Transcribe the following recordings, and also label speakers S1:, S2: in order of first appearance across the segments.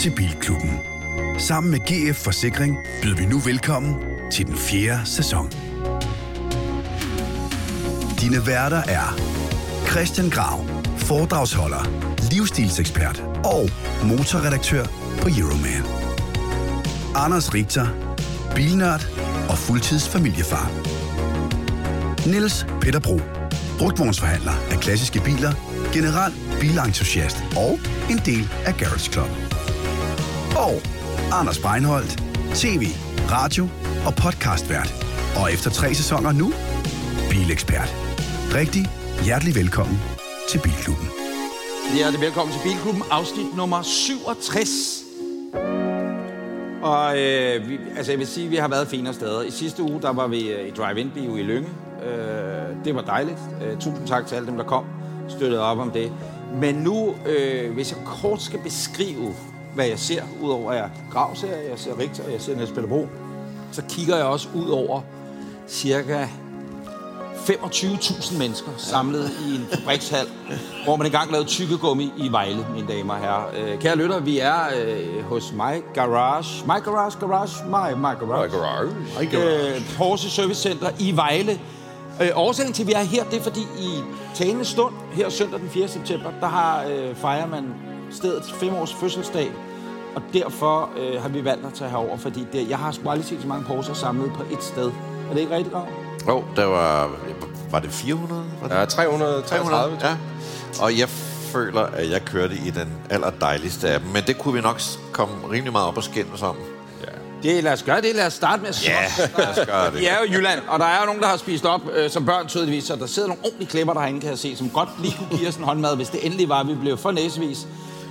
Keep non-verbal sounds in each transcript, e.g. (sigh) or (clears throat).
S1: til Bilklubben. Sammen med GF Forsikring byder vi nu velkommen til den fjerde sæson. Dine værter er Christian Grav, foredragsholder, livsstilsekspert og motorredaktør på Euroman. Anders Richter, bilnørd og fuldtidsfamiliefar. Niels Peter Bro, brugtvognsforhandler af klassiske biler, general bilentusiast og en del af Garage Club. Og Anders Breinholt, tv, radio og podcastvært. Og efter tre sæsoner nu, bilekspert. Rigtig hjertelig velkommen til Bilklubben.
S2: Hjertelig velkommen til Bilklubben, afsnit nummer 67. Og øh, vi, altså jeg vil sige, at vi har været finere steder. I sidste uge, der var vi øh, i Drive-In-bio i Lønge. Øh, det var dejligt. Øh, tusind tak til alle dem, der kom støttede op om det. Men nu, øh, hvis jeg kort skal beskrive, hvad jeg ser, udover at jeg grav ser, jeg ser Richter, jeg ser Niels Peter Bro, så kigger jeg også ud over cirka 25.000 mennesker samlet i en fabrikshal, hvor man engang lavede tykkegummi i Vejle, mine damer og herrer. Øh, kære lytter, vi er øh, hos My Garage. My Garage, Garage, My, my Garage. My Garage. Øh, Porsche Service Center i Vejle. Øh, årsagen til, at vi er her, det er fordi i talende stund, her søndag den 4. september, der har øh, fejrer man stedets femårs fødselsdag. Og derfor øh, har vi valgt at tage herover, fordi det, jeg har sgu aldrig set så mange Porsche samlet på et sted. Er det ikke rigtigt, Grav?
S3: Jo, der var... Var det 400? Var det
S4: Ja, 300, 330.
S3: Ja. Og jeg føler, at jeg kørte i den allerdejligste af dem. Men det kunne vi nok s- komme rimelig meget op og skændes om.
S2: Det, lad os gøre det. Lad os starte med at slås.
S3: lad os
S4: (laughs)
S3: gøre det.
S2: Vi er jo i Jylland, og der er jo nogen, der har spist op øh, som børn tydeligvis, så der sidder nogle ordentlige klipper derinde, kan jeg se, som godt lige kunne give os en håndmad, hvis det endelig var, at vi blev for næsevis.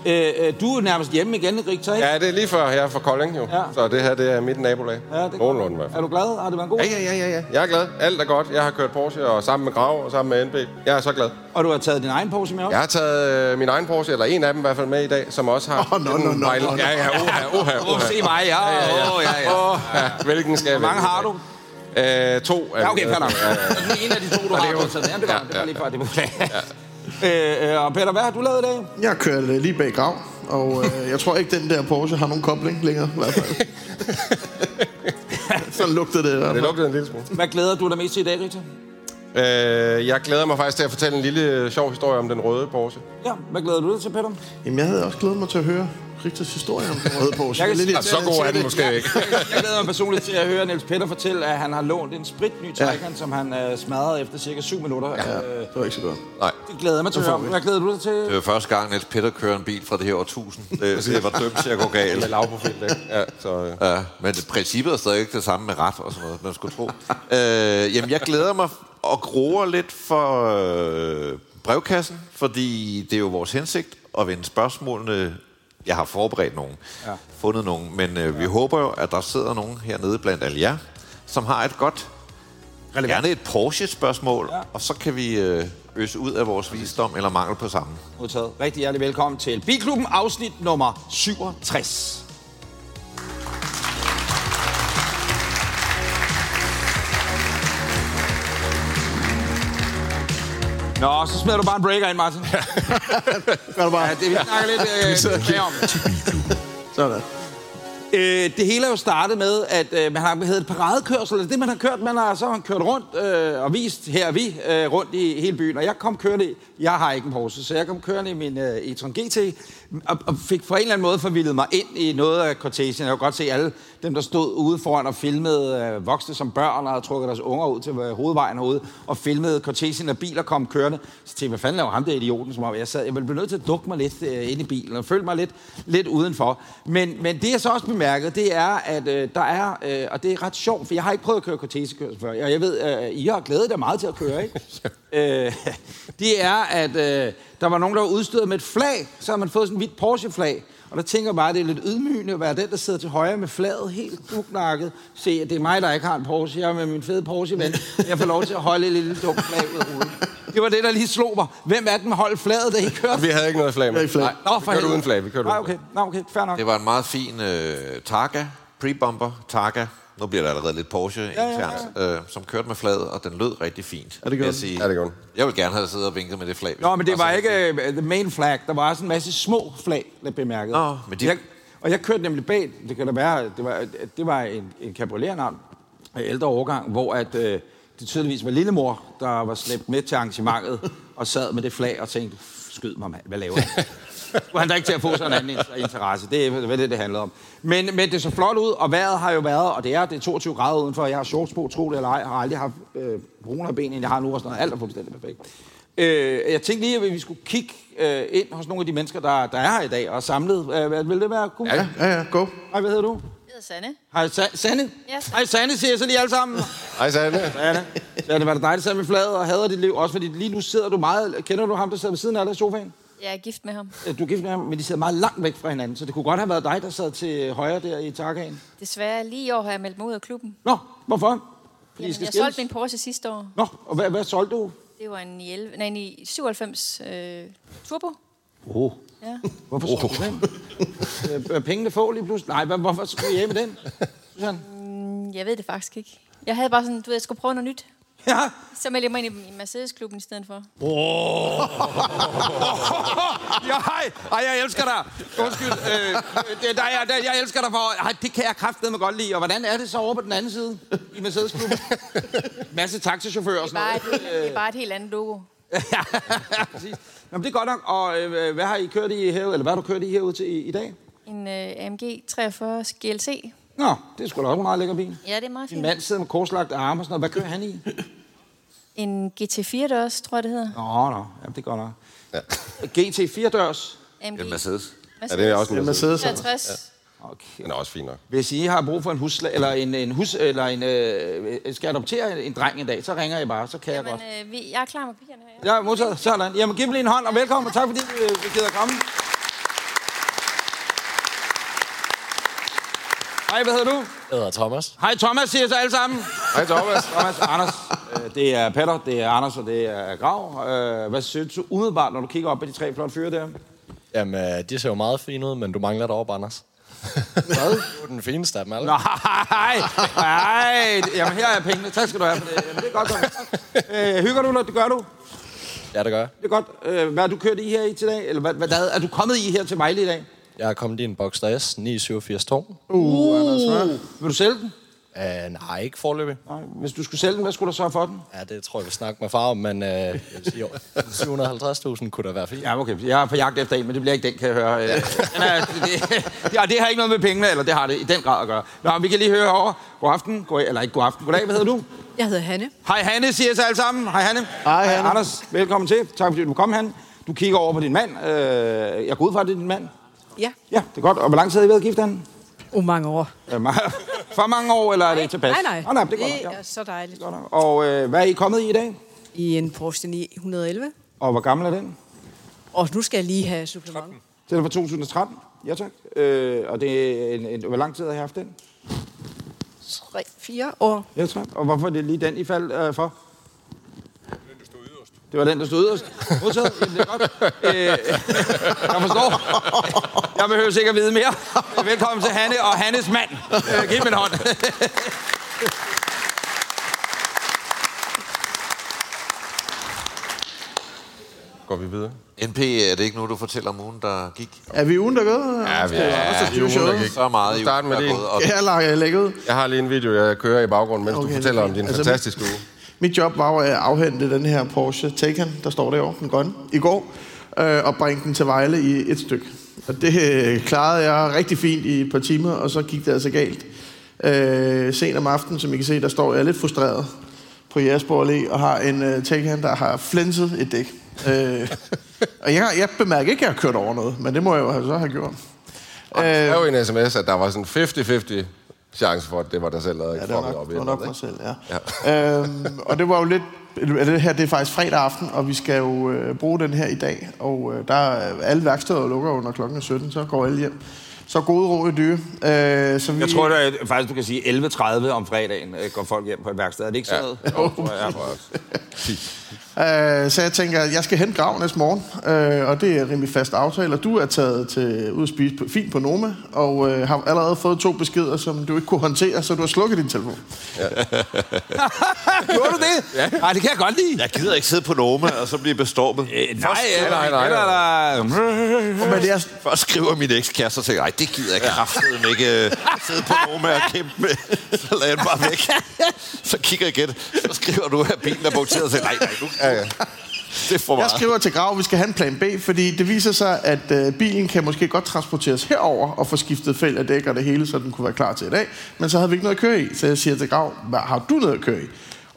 S2: Øh, øh, du er nærmest hjemme igen, Rigtig, ikke?
S4: Ja, det er lige før her fra Kolding jo.
S2: Ja.
S4: Ja. Så det her, det er mit nabolag.
S2: det er
S4: Nogenlunde i hvert
S2: godt. Er
S4: fald.
S2: du glad? Har det været en god?
S4: Ja, ja, ja, ja, ja. Jeg er glad. Alt er godt. Jeg har kørt Porsche og sammen med Grav og sammen med NB. Jeg er så glad.
S2: Og du har taget din egen pose med op?
S4: Jeg har taget øh, min egen Porsche, eller en af dem i hvert fald med i dag, som også har...
S1: Åh, nå,
S4: en
S1: nå, nå,
S4: Vejle-
S1: nå, nå.
S4: Ja, ja, oha, oha,
S2: Åh,
S4: oha.
S2: se mig, ja. ja, ja, ja. ja, ja.
S4: Åh, ja. Hvilken skal jeg
S2: Hvor mange
S4: vælge?
S2: har du?
S4: Øh, to.
S2: Ja, okay, fair nok.
S4: Ja, ja.
S2: En af de to, du har, du har taget med. Jamen, det var, det var lige før, det var Øh, øh, og Peter, hvad har du lavet i dag?
S5: Jeg kørte øh, lige bag grav, og øh, jeg tror ikke, den der Porsche har nogen kobling længere, i
S4: (laughs)
S5: hvert fald. Sådan lugtede det i hvert
S4: Det
S5: fald.
S4: lugtede en lille smule.
S2: Hvad glæder du dig mest til i dag, Rigtig?
S4: Øh, jeg glæder mig faktisk til at fortælle en lille øh, sjov historie om den røde Porsche.
S2: Ja, hvad glæder du dig til, Peter?
S5: Jamen, jeg havde også glædet mig til at høre Richters historie om den røde Porsche.
S2: Jeg kan
S5: Lidt
S2: sige-
S4: Så
S5: irriterende
S4: god er
S5: til
S4: den
S5: det.
S4: måske ikke.
S2: Jeg glæder mig personligt til at høre Niels Peter fortælle, at han har lånt en spritny Taycan, ja. som han øh, smadrede efter cirka 7 minutter. Ja.
S5: Ja, det var ikke så godt.
S3: Nej.
S2: Det glæder jeg mig til at høre. Hvad glæder du dig til?
S3: Det var første gang, Niels Peter kører en bil fra det her årtusind.
S4: (laughs)
S3: Det, det var dømt til at gå
S4: Med
S3: galt.
S4: lavprofil, ikke? Ja, så... øh.
S3: Ja, men det princippet er stadig ikke det samme med ret og sådan noget, man skulle tro. (laughs) øh, jamen, jeg glæder mig og groer lidt for øh, brevkassen, fordi det er jo vores hensigt at vende spørgsmålene. Jeg har forberedt nogen, ja. fundet nogen, men øh, vi håber jo, at der sidder nogen hernede blandt alle jer, som har et godt, Relevant. gerne et Porsche-spørgsmål, ja. og så kan vi øh, øse ud af vores visdom eller mangel på sammen.
S2: Modtaget. Rigtig hjertelig velkommen til Bilklubben, afsnit nummer 67. Nå, så smider du bare en breaker ind, Martin. Ja,
S5: Gør du bare.
S2: det vi snakker lidt øh, mere om.
S5: Sådan.
S2: Øh, det hele er jo startet med, at øh, man har hvad hedder det, paradekørsel, Altså, det er det man har kørt, man har så har man kørt rundt øh, og vist, her er vi, øh, rundt i hele byen. Og jeg kom kørende, i- jeg har ikke en Porsche, så jeg kom kørende i min øh, e-tron GT, og, og fik på en eller anden måde forvildet mig ind i noget af cortesen. Jeg kunne godt se alle dem, der stod ude foran og filmede øh, voksne som børn, og havde trukket deres unger ud til øh, hovedvejen herude, og filmede cortesen af biler kom kørende. Så tænkte jeg, hvad fanden laver ham der idioten, som om jeg sad. Jeg blev nødt til at dukke mig lidt øh, ind i bilen, og følte mig lidt, lidt udenfor. Men, men det, jeg så også bemærkede, det er, at øh, der er, øh, og det er ret sjovt, for jeg har ikke prøvet at køre cortesekørsel før, og jeg ved, øh, I har glædet jer meget til at køre,
S4: (laughs)
S2: ikke? øh, det er, at øh, der var nogen, der var udstyret med et flag, så har man fået sådan et hvidt Porsche-flag, og der tænker jeg bare, at det er lidt ydmygende at være den, der sidder til højre med flaget helt knakket. Se, at det er mig, der ikke har en Porsche. Jeg er med min fede Porsche, men jeg får lov til at holde et lille dumt flag ud af ruden. Det var det, der lige slog mig. Hvem er den med holdt flaget, da I kørte?
S4: Vi havde ikke noget flag med.
S5: Ikke flag.
S4: Nej,
S2: Nå,
S4: vi
S2: for
S4: kørte
S2: helvede.
S4: uden flag. Vi kørte
S2: Nej,
S4: uden flag.
S2: okay. Nå, okay. Fair nok.
S3: Det var en meget fin øh, Targa, pre-bomber Targa. Nu bliver der allerede lidt Porsche ja, internt, ja, ja. Øh, som kørte med flad, og den lød rigtig fint. Er
S5: det gjorde den?
S3: Sige.
S4: Ja, det gjorde den.
S3: Jeg vil gerne have siddet og vinket med det flag. hvis
S2: Nå, men det
S3: var
S2: var øh,
S3: så-
S2: ikke uh, the main flag. Der var også en masse små flag, der bemærket.
S3: Nå, men de-
S2: jeg, Og jeg kørte nemlig bag, det kan da være, at det var, at det var en, en cabriolet-navn af ældre årgang, hvor at, øh, det tydeligvis var lillemor, der var slæbt med til
S3: (laughs)
S2: arrangementet, og sad med det flag og tænkte, skyd mig mand, hvad laver jeg? Skulle han da ikke til at få sådan en anden
S3: (laughs)
S2: inter- interesse. Det er vel det, det handlede om. Men, men det så flot ud, og vejret har jo været, og det er, det er 22 grader udenfor. Jeg har shorts på, tro det eller ej. Jeg har aldrig haft øh, brunere ben, end jeg har nu, og sådan noget. Alt er fuldstændig perfekt. Øh, jeg tænkte lige, at vi skulle kigge øh, ind hos nogle af de mennesker, der, der er her i dag og er samlet. Øh, hvad- vil det være? Kunne?
S5: Ja, ja, ja, go.
S2: Hej, hvad hedder du?
S6: Jeg hedder Sanne.
S2: Hej, Sa- Sanne.
S6: Ja, Sanne.
S2: Hej, Sanne, siger jeg så lige alle sammen.
S4: Hej, Sanne.
S2: Sanne. Sanne, var det dig, der sad med fladet og hader dit liv? Også fordi lige nu sidder du meget... Kender du ham, der sidder ved siden af dig i sofaen?
S6: Jeg er gift med ham.
S2: Øh, Du er gift med ham, men de sidder meget langt væk fra hinanden, så det kunne godt have været dig, der sad til højre der i Tarkaen.
S6: Desværre lige i år har jeg meldt mig ud af klubben.
S2: Nå, hvorfor? Fordi I
S6: Jamen,
S2: skal
S6: jeg
S2: skilles?
S6: solgte min Porsche sidste år.
S2: Nå, og hvad, hvad solgte du?
S6: Det var en, i 11, nej, en i 97 øh, Turbo.
S2: Oh.
S6: Ja.
S2: Hvorfor solgte oh. du den? Øh, Var pengene få lige pludselig? Nej, hvad- hvorfor skulle jeg af med den? Susanne?
S6: Mm, Jeg ved det faktisk ikke. Jeg havde bare sådan, du ved, jeg skulle prøve noget nyt.
S2: Ja.
S6: Så meldte jeg mig ind i i Mercedes-klubben i stedet for.
S2: (laughs) ja, hej. Ej, jeg elsker dig. Undskyld. Øh, det, der, jeg, der, jeg elsker dig for... Ej, det kan jeg kraftedeme godt lide. Og hvordan er det så over på den anden side i Mercedes-klubben? Masse taxichauffører og
S6: Det er
S2: sådan
S6: bare
S2: noget.
S6: et, det er
S2: øh?
S6: bare et helt andet logo.
S2: (laughs) Ja, præcis. Nå, men det er godt nok. Og øh, hvad har I kørt i herude, eller hvad har du kørt i herude til i, i dag?
S6: En øh, AMG 43 GLC.
S2: Nå, det er sgu da også en meget lækker bil.
S6: Ja, det er meget
S2: Din
S6: fint.
S2: mand sidder med korslagte arme og sådan noget. Hvad kører han i?
S6: En GT4 der også, tror jeg, det hedder.
S2: Nå, nå. Ja, det er godt nok. GT4 dørs.
S6: AMG.
S2: altså,
S3: En Mercedes.
S4: Ja, det er også
S5: Det er
S4: en Mercedes.
S5: Mercedes.
S6: 63.
S2: Okay.
S4: Den er også fin nok.
S2: Hvis I har brug for en husla, eller en, en hus, eller en, øh, skal jeg adoptere en dreng en dag, så ringer I bare, så kan jeg godt.
S6: Jamen, øh, vi, jeg er klar med pigerne her.
S2: Ja, modtaget. Sådan. Jamen, giv mig lige en hånd, og velkommen, og tak fordi øh, du gider komme. Hej, hvad hedder du?
S7: Jeg hedder Thomas.
S2: Hej, Thomas, siger så alle sammen.
S4: (laughs) Hej, Thomas.
S2: Thomas, Anders, øh, det er Petter, det er Anders og det er Grav. Øh, Hvad synes du umiddelbart, når du kigger op på de tre flotte fyre der?
S7: Jamen, øh, de ser jo meget fine ud, men du mangler deroppe, Anders. Hvad? Du er den fineste af dem alle.
S2: Nej, nej. Jamen, her er pengene. Tak skal du have for det. Jamen, det er godt, Thomas. Øh, hygger du, eller det gør du?
S7: Ja, det gør jeg.
S2: Det er godt. Øh, hvad har du kørt i her i til dag? Eller hvad, hvad, hvad er du kommet i her til Vejle i dag?
S7: Jeg er kommet i en Boxster S 987 2.
S2: Vil du sælge den?
S7: Øh, nej, ikke forløbig.
S2: Nej, hvis du skulle sælge den, hvad skulle du så for den?
S7: Ja, det tror jeg, vi snakker med far om, men øh, jeg vil sige, jo, 750.000 kunne da være fint.
S2: Ja, okay. Jeg er på jagt efter en, men det bliver ikke den, kan jeg høre. Øh, den er, det, det, ja, det har ikke noget med pengene, eller det har det i den grad at gøre. Nå, men vi kan lige høre over. God aften. God, eller ikke god aften. Goddag, hvad hedder du?
S8: Jeg hedder Hanne.
S2: Hej Hanne, siger jeg så alle sammen. Hej Hanne.
S5: Hej, Hanne.
S2: Anders, velkommen til. Tak fordi du kom, Hanne. Du kigger over på din mand. Øh, jeg går ud fra, at det er din mand.
S8: Ja.
S2: Ja, det er godt. Og hvor lang tid har I været gift, Hanne?
S8: Oh, mange år.
S2: Øh, meget- (laughs) For mange år, eller er det tilpas?
S8: Nej, nej.
S2: Nå, nej, men det er godt.
S8: det
S2: nok,
S8: er
S2: Ja.
S8: så dejligt.
S2: Godt nok. Og øh, hvad er I kommet i i dag?
S8: I en Porsche 911.
S2: Og hvor gammel er den?
S8: Og nu skal jeg lige have supplement.
S2: Den er fra 2013. Ja, tak. Øh, og det er en, en, hvor lang tid har I haft den?
S8: 3-4 år.
S2: Ja, tak. Og hvorfor er det lige den, I faldt øh, for? Det var den, der stod yderst. Modtaget. Jamen, det er godt. (laughs) Øh, jeg forstår. Jeg behøver sikkert vide mere. Velkommen til Hanne og Hannes mand. Øh, giv mig en hånd.
S4: Går vi videre?
S3: NP, er det ikke nu, du fortæller om ugen, der gik?
S5: Er vi ugen, der går?
S4: Ja, vi er. vi
S5: også
S4: er
S5: show.
S4: ugen, der gik.
S3: Så meget
S4: Vi
S3: i ugen,
S4: starter med
S3: der er
S4: det.
S3: gået, og
S5: Ja, lager jeg lægger ud.
S4: Jeg har lige en video, jeg kører i baggrunden, mens
S5: Okay,
S4: du
S5: det er
S4: fortæller om
S5: fint.
S4: din
S5: Altså,
S4: fantastiske uge.
S5: Mit job var jo at afhente den her Porsche Taycan, der står derovre, den grønne, i går, øh, og bringe den til Vejle i et stykke. Og det øh, klarede jeg rigtig fint i et par timer, og så gik det altså galt. Øh, sent om aftenen, som I kan se, der står jeg lidt frustreret på Jægersborg Allé og har en øh, Taycan, der har flænset et dæk.
S4: (laughs)
S5: Øh, og jeg, jeg bemærker ikke, at jeg har kørt over noget, men det må jeg jo have- så have gjort. Øh,
S4: Der er jo en sms, at der var sådan 50-50 chance for, at det var dig selv, der
S5: Ja,
S4: ikke
S5: det var
S4: fuckede
S5: nok,
S4: op i
S5: det var nok mig
S4: noget.
S5: selv, ja. ja. øhm, og det var jo lidt... eller Det her det er faktisk fredag aften, og vi skal jo øh, bruge den her i dag. Og øh, der er, alle værksteder lukker jo, når klokken er 17, så går alle hjem. Så gode råd i dyre. Øh, så vi,
S2: Jeg tror da, faktisk, du kan sige 11.30 om fredagen øh, går folk hjem på et værksted. Er det ikke sådan noget? Jo, tror jeg.
S5: Øh, så jeg tænker, at jeg skal hente grav næste morgen, øh, og det er rimelig fast aftale. Og du er taget til ud at spise på, fint på Noma, og øh, har allerede fået to beskeder, som du ikke kunne håndtere, så du har slukket din telefon.
S2: Gjorde du det? Ja. Nej, det kan jeg godt lide.
S3: Jeg gider ikke sidde på Noma og så blive bestormet.
S2: Øh, nej, nej,
S4: nej,
S2: nej,
S4: nej.
S2: nej, nej.
S5: Men det er,
S3: Først skriver min ekskæreste, og tænker, nej, det gider jeg kraftedeme ikke øh, sidde på Noma og kæmpe med. Så lader jeg den bare væk. Så kigger jeg igen, så skriver du, at bilen er punkteret, og siger, nej, nej, nu. Ja, ja. Det får
S5: jeg
S3: meget.
S5: skriver til Grav, at vi skal have en plan B, fordi det viser sig, at øh, bilen kan måske godt transporteres herover og få skiftet fælg af dæk og det hele, så den kunne være klar til i dag. Men så havde vi ikke noget at køre i, så jeg siger til Grav, hvad har du noget at køre i?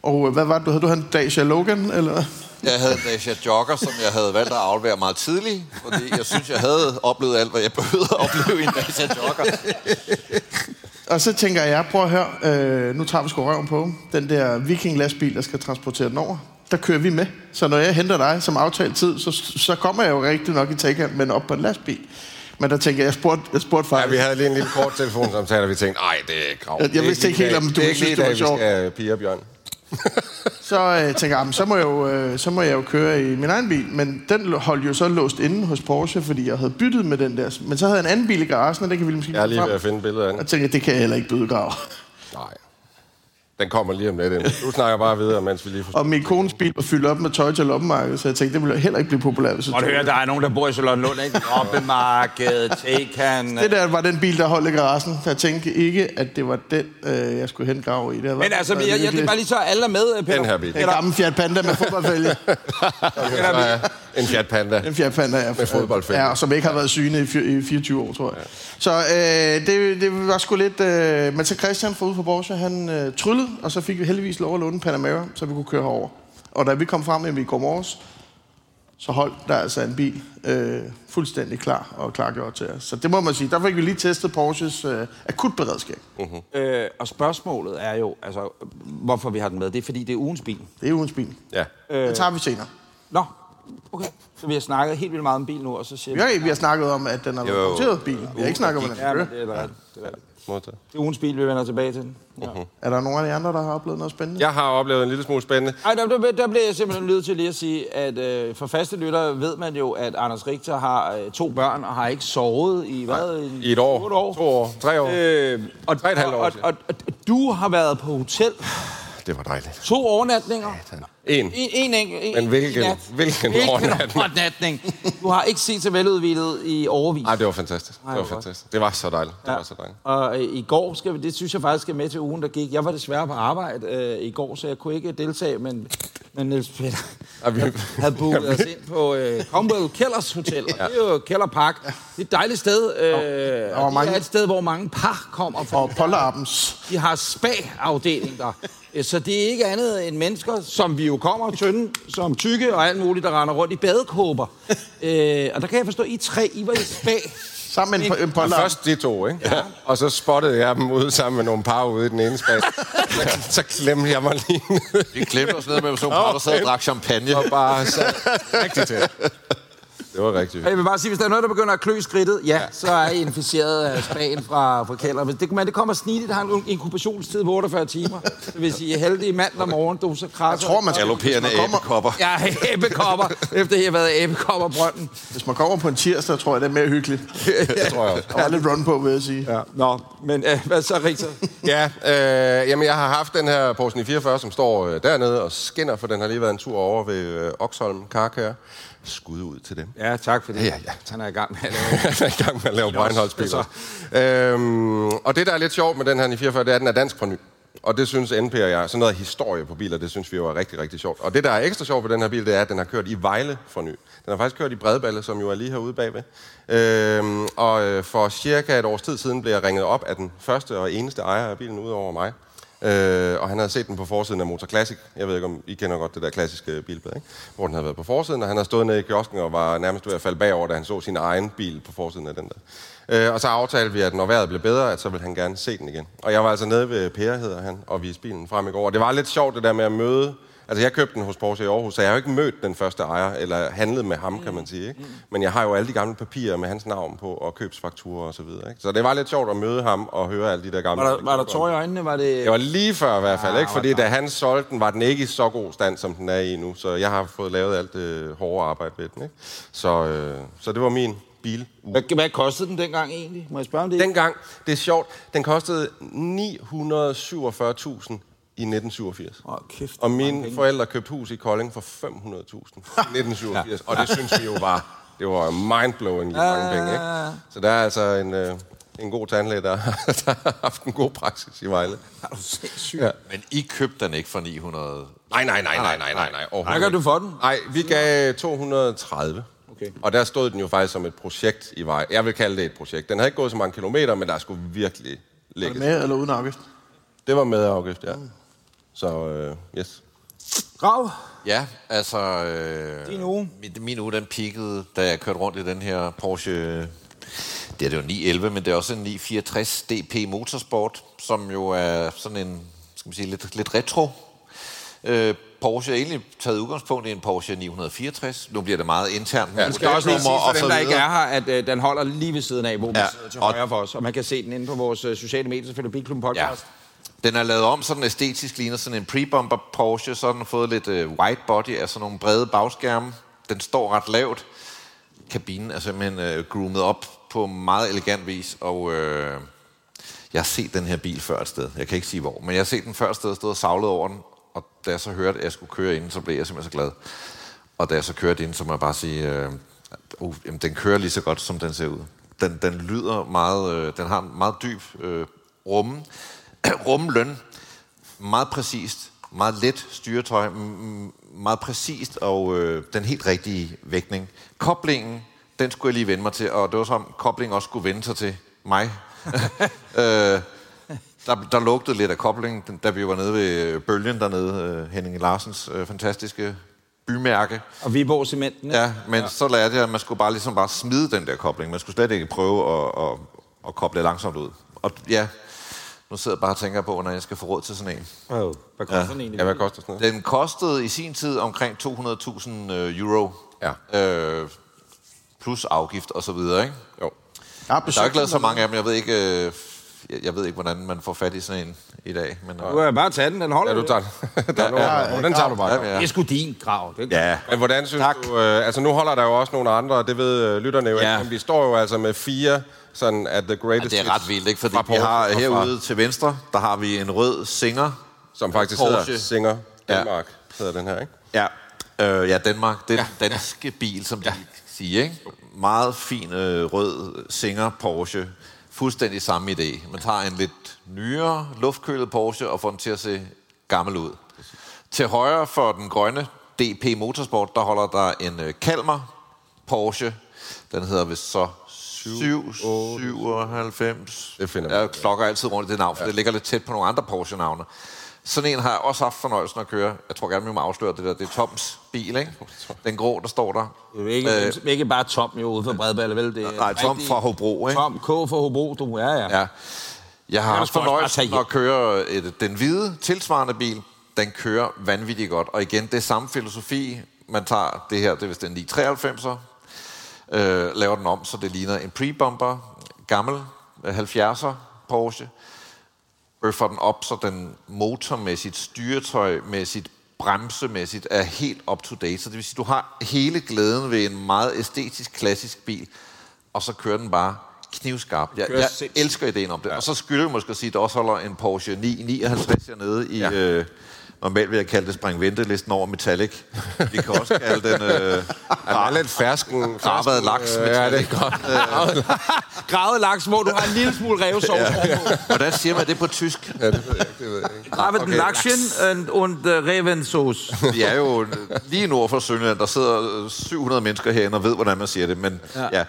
S5: Og øh, hvad var det, du havde? Du havde en Dacia Logan, eller?
S3: Jeg havde en Dacia Jogger, som jeg havde valgt at aflevere meget tidligt, fordi jeg synes, jeg havde oplevet alt, hvad jeg behøvede at opleve i en Dacia Jogger.
S5: Og så tænker jeg, prøv at høre, øh, nu tager vi sgu røven på dem. den der viking-lastbil, der skal transportere den over. Der kører vi med. Så når jeg henter dig som aftalt tid, så, så kommer jeg jo rigtig nok i Tekken, men op på en lastbil. Men der tænker jeg, jeg spurgte, jeg spurgte
S4: Ja,
S5: faktisk...
S4: vi havde lige en lille kort telefonsamtale, og vi tænkte, nej, det er krav.
S5: Jeg- jeg vidste ikke helt, om du
S4: ville
S5: synes, det var sjovt.
S4: Det er ikke lige i dag, vi skal øh, pige og bjørn.
S5: (laughs) så øh, tænker jeg, "Jamen, så må jeg, jo, øh, så må jeg jo køre i min egen bil. Men den lo- holdt jo så låst inde hos Porsche, fordi jeg havde byttet med den der. Men så havde jeg en anden bil i garagen, og den kan vi måske
S4: Jeg er
S5: få
S4: lige
S5: frem.
S4: ved at finde billedet af
S5: Og
S4: den.
S5: jeg tænker, det kan jeg heller ikke byde grav.
S4: Nej. Den kommer lige om lidt. ind. Du snakker bare videre, mens vi lige forstår.
S5: Og min kones bil var fyldt op med tøj til loppemarkedet, så jeg tænkte, det ville heller ikke blive populært. Hvis jeg
S2: Må du
S5: tog
S2: høre,
S5: den.
S2: der er nogen, der bor i Charlottenlund, ikke? Oppemarked, Tekan.
S5: Det der var den bil, der holdt i garagen. Jeg tænkte ikke, at det var den, øh, jeg skulle hente grav i. Det var,
S2: Men altså, jeg, jeg, det er bare lige så, alle er med, øh, Peter.
S4: Den her bil.
S5: En
S2: Peter,
S5: gammel Fiat Panda med fodboldfælge.
S4: Så er en Fiat
S5: (laughs)
S4: Panda.
S5: en Fiat Panda, ja. Med
S4: fodboldfælge.
S5: Ja, og som ikke har været syne i fir- i 24 år, tror jeg. Så øh, det, det var sgu lidt... Øh, men så Christian fra ude på Borgia, han øh, tryllede, og så fik vi heldigvis lov at låne en Panamera, så vi kunne køre herover. Og da vi kom frem i går morges, så holdt der altså en bil øh, fuldstændig klar og klargjort til os. Så det må man sige. Der fik vi lige testet Porsches øh, akutberedskab.
S2: øh, og spørgsmålet er jo, altså, hvorfor vi har den med. Det er, fordi det er ugens bil.
S5: Det er ugens bil.
S4: Ja.
S5: Det tager vi senere.
S2: Nå, okay. Så vi har snakket helt vildt meget om bil nu, og så siger vi...
S5: Vi har, vi har snakket om, at den har været monteret bilen. Vi har ikke snakket om,
S2: Ja,
S5: hvordan den
S2: men
S5: kører.
S2: det er da rigtigt. Det er da rigtigt.
S4: Modtaget.
S2: Det er ugens bil, vi vender tilbage til. Ja.
S5: Er der nogen af de andre, der har oplevet noget spændende?
S4: Jeg har oplevet en lille smule spændende.
S2: Ej, der, der, der blev jeg simpelthen nødt til lige at sige, at øh, for faste lyttere ved man jo, at Anders Richter har øh, to børn og har ikke sovet i hvad? en-
S4: I et år.
S2: otte år.
S4: To år. Tre år.
S2: Øh, og,
S4: Tre og et halvt år,
S2: og,
S4: siger
S2: og, og, du har været på hotel
S4: Det var dejligt.
S2: to overnatninger.
S4: En.
S2: En, en enkelt. En,
S4: Men hvilken-
S2: en nat.
S4: hvilken
S2: hvilken
S4: overnatning?
S2: overnatning? Du har ikke set så veludvildet i overvis.
S4: Ej, det var fantastisk.
S2: Ej,
S4: Det var
S2: hvor godt.
S4: fantastisk. Det var så dejligt. Det var så dejligt.
S2: Og øh, i går, skal vi, det synes jeg faktisk skal med til ugen, der gik. Jeg var desværre på arbejde øh, i går, så jeg kunne ikke deltage, men, men Niels Peter
S4: Og vi-
S2: havde
S4: (laughs)
S2: booket os ind på øh, Cromwell Kellers Hotel, og det er jo Keller Park. Det er et dejligt sted, øh, og det
S5: mange-
S2: er et sted, hvor mange par kommer fra.
S5: Og Pollarabens.
S2: De har spa-afdeling der. Øh, Så det er ikke andet end mennesker, som vi jo kommer tynde, som tykke og alt muligt, der render rundt i badekåber. Øh, og der kan jeg forstå, at I tre, I var i spa.
S5: Sammen med en, en
S4: Og
S5: Pollarab.
S4: først de to, ikke? Ja. Og så spottede jeg dem ude sammen med nogle par ude i den ene spas. Så, så klemte jeg mig lige ned
S3: Vi klemte os ned med sådan nogle par, der sad og drak champagne.
S4: og bare så rigtig tæt. Det var rigtig
S2: Og Jeg vil bare sige, hvis der er noget, der begynder at klø i skridtet, ja, så er I inficeret af spagen fra, fra Kælder. Hvis det, men det kommer snitligt, det har en inkubationstid på 48 timer. Så hvis I er heldige mandag morgen, du så krasser...
S5: Jeg tror, man skal, hvis
S3: Galopperende
S5: man kommer,
S3: æbekopper.
S2: Jeg er æbekopper, efter I har været æbekopperbrønden.
S5: hvis man kommer på en tirsdag, tror jeg, det er mere hyggeligt.
S4: Det tror jeg også.
S5: Der er lidt run på, vil jeg sige.
S2: Ja. Nå, men øh, hvad så, Richter?
S4: Ja, øh, jamen jeg har haft den her Porsche 44, som står øh, dernede og skinner, for den har lige været en tur over ved øh, Oxholm Carcare. Skud ud til dem.
S2: Ja, tak for det.
S4: Ja, ja.
S2: Han er i gang med at (laughs) lave
S4: Jeg er i gang med at lave Breinholt-spillere. Øhm, og det, der er lidt sjovt med den her 44, det er, at den er dansk fra ny. Og det synes NP og jeg, sådan noget historie på biler, det synes vi jo er rigtig, rigtig sjovt. Og det, der er ekstra sjovt ved den her bil, det er, at den har kørt i Vejle for ny. Den har faktisk kørt i Bredballe, som jo er lige herude bagved. Øhm, og øh, for cirka et års tid siden blev jeg ringet op af den første og eneste ejer af bilen, udover mig. Øh, og han havde set den på forsiden af Motor Classic. Jeg ved ikke, om I kender godt det der klassiske bilblad, ikke? Hvor den havde været på forsiden, og han havde stået nede i kiosken og var nærmest ved at falde bagover, da han så sin egen bil på forsiden af den der. Øh, og så aftalte vi, at når vejret blev bedre, at så ville han gerne se den igen. Og jeg var altså nede ved Per, hedder han, og viste bilen frem i går. Og det var lidt sjovt det der med at møde Altså, jeg købte den hos Porsche i Aarhus, så jeg har jo ikke mødt den første ejer, eller handlet med ham, kan man sige. Ikke? Men jeg har jo alle de gamle papirer med hans navn på, og købsfakturer og så videre. Ikke? Så det var lidt sjovt at møde ham og høre alle de der gamle...
S2: Var der, var der tår i øjnene? Var det...
S4: Det var lige før i hvert
S2: Ah,
S4: fald, ikke? Fordi da han solgte den, var den ikke i så god stand, som den er i nu. Så jeg har fået lavet alt det hårde arbejde ved den, ikke? Så, øh, så det var min bil.
S2: Hvad, hvad kostede den dengang egentlig? Må jeg spørge om det?
S4: Dengang, det er sjovt, den kostede 947.000 i 1987.
S2: Åh, kæft,
S4: og
S2: det er mange
S4: mine
S2: penge.
S4: forældre købte hus i Kolding for 500.000
S2: (laughs)
S4: i 1987. Og det synes vi jo var, det var mindblowing i
S2: Ah.
S4: mange penge, ikke? Så der er altså en, øh, en god tandlæge, der, (laughs) der har haft en god praksis i Vejle.
S2: Er du sindssyg?
S4: Ja.
S3: Men I købte den ikke for 900...
S4: Nej, nej, nej, nej, nej, nej, nej.
S2: Hvad gør du for den?
S4: Nej, vi gav 230.
S2: Okay.
S4: Og der stod den jo faktisk som et projekt i vej. Jeg vil kalde det et projekt. Den havde ikke gået så mange kilometer, men der skulle virkelig
S5: Er det
S4: lægges.
S5: med eller uden afgift?
S4: Det var med afgift, ja. Så, øh, yes.
S2: Grav?
S3: Ja, altså... Øh,
S2: Din uge.
S3: Min, min uge, den peakede, da jeg kørte rundt i den her Porsche... Det er det jo 911, men det er også en 964 DP Motorsport, som jo er sådan en, skal man sige, lidt, lidt retro øh, Porsche. Jeg har egentlig taget udgangspunkt i en Porsche 964. Nu bliver det meget internt. Ja,
S2: Man skal også lige sige for dem, der ikke er her, at øh, den holder lige ved siden af, hvor ja.
S3: Ja,
S2: vi sidder til
S3: og-
S2: højre for os. Og man kan se den inde på vores øh, sociale medier, selvfølgelig Bilklubben
S3: Ja.
S2: Podcast.
S3: Den er lavet om, så den æstetisk ligner sådan en pre-bomber Porsche, så har den fået lidt øh, white body, altså nogle brede bagskærme. Den står ret lavt. Kabinen er simpelthen øh, groomet op på meget elegant vis, og øh, jeg har set den her bil før et sted. Jeg kan ikke sige hvor, men jeg har set den før et sted, stod og savlede over den, og da jeg så hørte, at jeg skulle køre inden, så blev jeg simpelthen så glad. Og da jeg så kørte ind, så må jeg bare sige, øh, uh, jamen, den kører lige så godt, som den ser ud. Den, den lyder meget, øh, den har en meget dyb øh, rumme, (clears throat) rumløn, meget præcist, meget let styretøj, mm, mm, meget præcist, og øh, den helt rigtige vægtning. Koblingen, den skulle jeg lige vende mig til, og det var som om koblingen også skulle vende sig til mig. (laughs) øh, der, der lugtede lidt af koblingen, den- da vi var nede ved øh, bølgen dernede, øh, Henning Larsens øh, fantastiske bymærke.
S2: Og Viborg Cementen. ikke?
S3: Ja, men ja. så lærte jeg, at man skulle bare ligesom bare smide den der kobling. Man skulle slet ikke prøve at, at, at koble langsomt ud. Og ja, nu sidder jeg bare og tænker på, når jeg skal få råd til sådan en.
S2: Åh, Hvad koster den egentlig?
S4: Ja, hvad koster sådan noget?
S3: Den kostede i sin tid omkring 200.000 øh, euro.
S4: Ja.
S3: Øh, plus afgift og så videre, ikke?
S4: Jo.
S3: Der
S5: Jeg har
S3: er jo
S5: besøgt
S3: ikke lavet så
S5: den,
S3: mange af dem. Jeg ved ikke, øh, jeg, jeg ved ikke hvordan man får fat i sådan en i dag. Men,
S2: Du
S3: øh,
S2: kan bare tage den, den holder.
S4: Ja, du tager den. Der er nogen,
S5: ja,
S4: den tager du bare.
S3: ja,
S2: Det
S3: ja.
S2: er sgu din grav. Det
S4: (laughs)
S2: er
S4: Ja. Men hvordan synes tak. du... Øh, altså, nu holder der jo også nogle andre, og det ved øh, lytterne jo.
S3: Ja.
S4: Ja. Vi står jo altså med fire sådan at the greatest
S3: Det er ret vildt, ikke? Fordi
S4: Fra
S3: vi har
S4: Porsche og fra-
S3: herude til venstre, der har vi en rød Singer,
S4: som faktisk
S3: Porsche.
S4: hedder Singer Danmark, ja. hedder den her, ikke?
S3: Ja. Øh, ja, Danmark. Det er den danske bil, som de siger, ikke? Meget fin øh, rød Singer Porsche. Fuldstændig samme idé. Man tager en lidt nyere luftkølet Porsche og får den til at se gammel ud. Til højre for den grønne DP Motorsport, der holder der en øh, Kalmar Porsche. Den hedder vist så 797.
S4: Det finder vi ud
S3: jeg
S4: af.
S3: klokker altid rundt i det navn, for ja. det ligger lidt tæt på nogle andre Porsche-navne. Sådan en har jeg også haft fornøjelsen at køre. Jeg tror gerne, vi må afsløre det der. Det er Toms bil, ikke? Den grå, der står der.
S2: jo ikke, øh, ikke bare Tom jo ude for Bredballe, vel? Det er
S3: Nej, Tom
S2: rigtig-
S3: fra Hobro, ikke?
S2: Tom K. fra Hobro, du er, ja.
S3: Ja. Jeg har
S2: Ellers
S3: haft
S2: kan man også bare tage
S3: fornøjelsen
S2: hjem.
S3: at køre et, den hvide tilsvarende bil. Den kører vanvittigt godt. Og igen, det er samme filosofi. Man tager det her, det er vist en 993'er, øh, laver den om, så det ligner en pre-bomber, gammel øh, 70'er Porsche. Bøffer den op, så den motormæssigt, styretøjmæssigt, bremsemæssigt er helt up to date. Så det vil sige, du har hele glæden ved en meget æstetisk, klassisk bil, og så kører den bare knivskarp. Jeg,
S2: Kører
S3: jeg
S2: sindssygt.
S3: elsker ideen om det. Ja. Og så skylder vi måske at sige, at der også holder en Porsche 959 hernede i... Ja. Øh, normalt vil jeg kalde det springventelisten over metallic. Vi kan også kalde den... Øh,
S4: Ja, lidt fersken.
S3: Gravet laks.
S4: Øh, ja, det er godt.
S2: Gravet laks, hvor du har en lille smule revsovs ja. ovenpå.
S3: (laughs) Hvordan siger man det på tysk?
S4: Ja, det ved jeg ikke, det ved jeg ikke.
S2: Gravet okay. laksen and, und uh, revensauce.
S3: Vi er jo øh, lige nord for Sønderland. Der sidder øh, 700 mennesker herinde og ved, hvordan man siger det. Men ja. (clears throat) ja.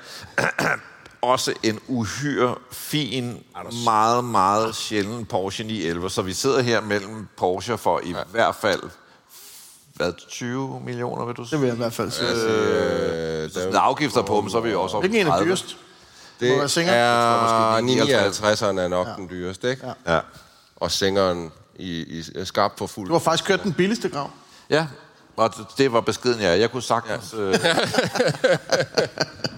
S3: Også en uhyre fin, meget, meget sjælden Porsche 911. Så vi sidder her mellem Porsche for i ja. hvert fald hvad, 20 millioner, vil du
S5: Det
S3: sige?
S5: vil jeg i hvert fald sige.
S4: Øh,
S3: Hvis der er afgifter på dem, så er vi jo også oppe
S5: Hvilken en er
S3: 30.
S5: dyrest? Må jeg
S4: det
S5: synge?
S4: er
S3: Jeg tror måske, den er
S4: 59'eren er nok ja. den dyreste, ikke?
S5: Ja.
S3: Ja.
S4: Og Singeren i, i skarp for fuld.
S5: Du har faktisk kørt den billigste grav.
S3: Ja, og det- det var beskeden, jeg Jeg kunne sagtens... Ja, øh... (laughs)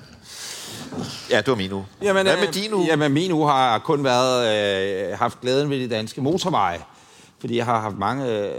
S3: ja det var min uge.
S2: Jamen,
S3: Hvad med
S2: øh,
S3: din uge?
S2: Jamen, min uge har kun været, øh, haft glæden ved de danske motorveje, fordi jeg har haft mange øh,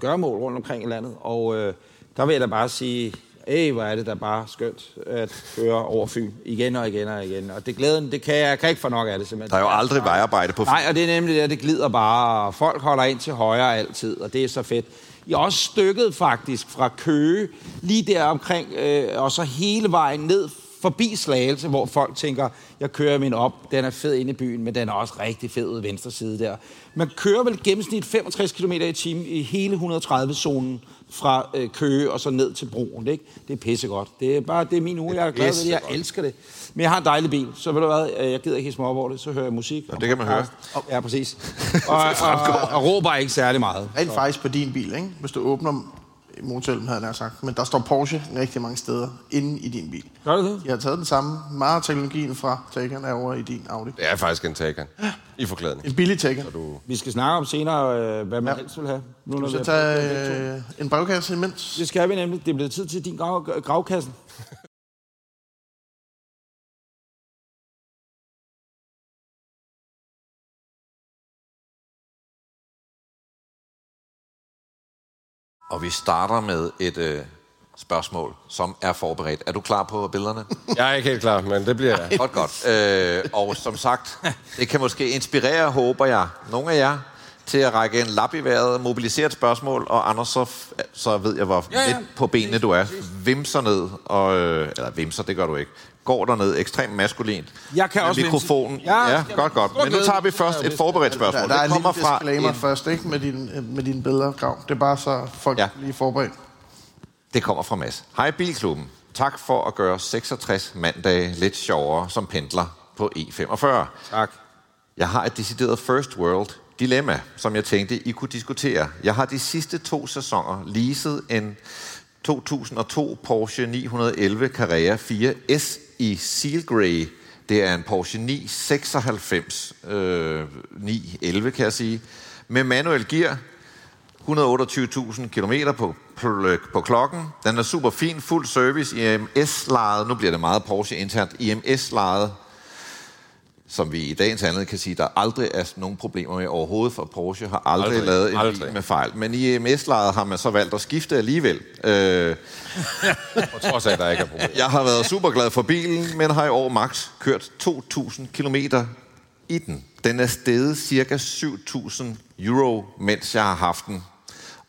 S2: gørmål rundt omkring i landet, og øh, der vil jeg da bare sige, æh, hvor er det da bare skønt at køre over Fyn igen og igen og igen. Og det glæden, det kan jeg, jeg kan ikke få nok af det simpelthen.
S3: Der er jo aldrig vejarbejde på
S2: Nej, og det er nemlig det, at det glider bare, og folk holder ind til højre altid, og det er så fedt. I er også stykket faktisk fra Køge, lige der omkring, øh, og så hele vejen ned forbi Slagelse, hvor folk tænker, jeg kører min op, den er fed inde i byen, men den er også rigtig fed ud i venstre side der. Man kører vel gennemsnit 65 km i timen i hele 130-zonen fra øh, Køge og så ned til broen, ikke? Det er pissegodt. Det er bare, det er min uge, jeg er glad ved det. Jeg elsker det. Men jeg har en dejlig bil, så ved du hvad, øh, jeg gider ikke hisse mig op over det, så hører jeg musik.
S3: det kan man høre.
S2: Og, ja, præcis. Og, og, og, og råber ikke særlig meget.
S5: Rent faktisk på din bil, ikke? Hvis du åbner motorhjelmen, havde jeg nær sagt. Men der står Porsche rigtig mange steder inde i din bil.
S2: Gør det det?
S5: Jeg har taget den samme meget af teknologien fra Taycan er over i din Audi.
S4: Det er faktisk en Taycan. I forklædning.
S5: En billig Taycan.
S2: Vi skal snakke om senere, øh, hvad man ja. helst vil have. Nu, når
S5: Du
S2: vi
S5: skal
S2: er-
S5: tage øh, en brevkasse imens.
S2: Det skal vi nemlig. Det er blevet tid til din grav, gravkassen.
S3: Og vi starter med et øh, spørgsmål, som er forberedt. Er du klar på billederne?
S4: Jeg er ikke helt klar, men det bliver jeg.
S3: Godt, godt. Øh, og som sagt, det kan måske inspirere, håber jeg, nogle af jer, til at række en lap i vejret, mobilisere et spørgsmål, og Anders, så, f- så ved jeg, hvor ja, ja. lidt på benene du er. Vimser ned, og, øh, eller vimser, det gør du ikke. Går derned, ekstremt maskulint.
S2: Jeg kan
S3: med
S2: også
S3: mikrofonen.
S2: vimse. Ja,
S3: Ja,
S2: skal
S3: godt,
S2: man-
S3: godt. Men nu tager vi først et forberedt spørgsmål.
S5: Ja, der er
S3: det
S5: en lille
S3: kommer fra
S5: disclaimer
S3: en,
S5: først, ikke? Med, din, øh, med dine billeder, Grav. Det er bare så folk
S3: Ja.
S5: ja. lige er forberedt.
S3: Det kommer fra Mads. Hej Bilklubben. Tak for at gøre 66 mandage lidt sjovere som pendler på E E45.
S2: Tak.
S3: Jeg har et decideret first world dilemma, som jeg tænkte, I kunne diskutere. Jeg har de sidste to sæsoner leaset en 2002 Porsche 911 Carrera 4S i Seal Grey. Det er en Porsche 996, øh, 911 kan jeg sige, med manuel gear, 128.000 km på, på, på klokken. Den er super fin, fuld service, IMS-lejet. Nu bliver det meget Porsche internt. IMS-lejet, som vi i dagens andet kan sige, der aldrig er nogen problemer med overhovedet, for Porsche har aldrig, aldrig.
S4: Aldrig.
S3: lavet en aldrig. bil
S4: Aldrig.
S3: med fejl. Men i IMS-lejet har man så valgt at skifte alligevel. Øh,
S4: På trods af, at der ikke er problemer.
S3: jeg har været super glad for bilen, men har i år max kørt 2.000 km i den. Den er steget ca. 7.000 euro, mens jeg har haft den,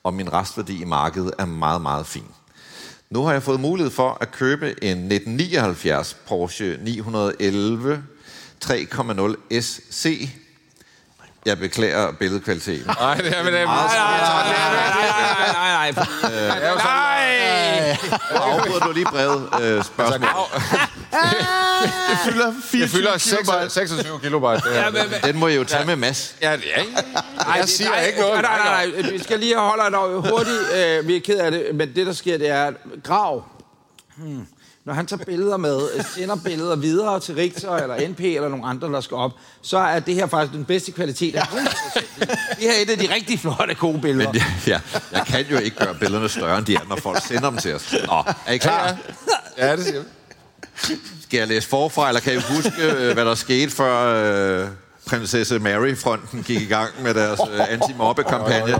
S3: og min restværdi i markedet er meget, meget fin. Nu har jeg fået mulighed for at købe en 1979 Porsche 911 3.0 SC. Jeg beklager billedkvaliteten.
S4: (laughs) Nej, det er øh, med det.
S2: Nej, nej, nej. fordi- Nej!
S3: Jeg afbryder du lige brevet øh, spørgsmål. (laughs)
S5: Det fylder 24
S4: Det fylder 26 26 kilobyte. Det her.
S3: Den må jeg jo tage med Mads.
S4: Ja, ja, ja. Jeg siger ikke noget.
S2: Nej, nej, nej. Vi skal lige holde dig dog hurtigt. Øh, vi er ked af det, men det, der sker, det er, at Grav, hmm, når han tager billeder med, øh, sender billeder videre til Richter eller NP eller nogle andre, der skal op, så er det her faktisk den bedste kvalitet. Ja. Det her er et af de rigtig flotte, gode billeder.
S3: Men ja, ja, jeg kan jo ikke gøre billederne større, end de er, når folk sender dem til os. Nå, er I klar? Ja, ja.
S4: Ja, det siger vi.
S3: Skal jeg læse forfra, eller kan I huske, øh, hvad der skete før øh, prinsesse Mary-fronten gik i gang med deres øh, anti-mobbe-kampagne?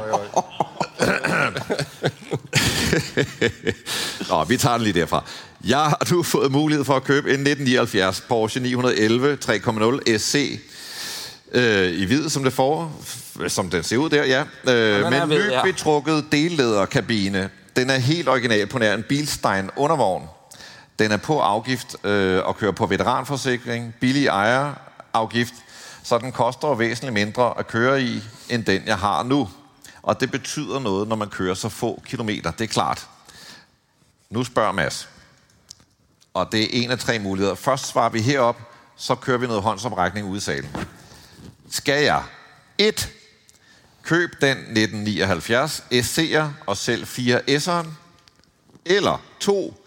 S3: Nå, vi tager den lige derfra. Jeg har nu fået mulighed for at købe en 1979 Porsche 911 3.0 SC øh, i hvid, som det får, som den ser ud der, ja. Øh,
S2: den
S3: med
S2: er hvid, ja.
S3: nybetrukket dellederkabine. Den er helt original på nær en Bilstein undervogn. Den er på afgift øh, og kører på veteranforsikring, billig ejerafgift, så den koster væsentligt mindre at køre i, end den jeg har nu. Og det betyder noget, når man kører så få kilometer, det er klart. Nu spørger Mads. Og det er en af tre muligheder. Først svarer vi herop, så kører vi noget håndsoprækning ude i salen. Skal jeg 1. Køb den 1979 SC'er og selv 4 S'eren. Eller 2.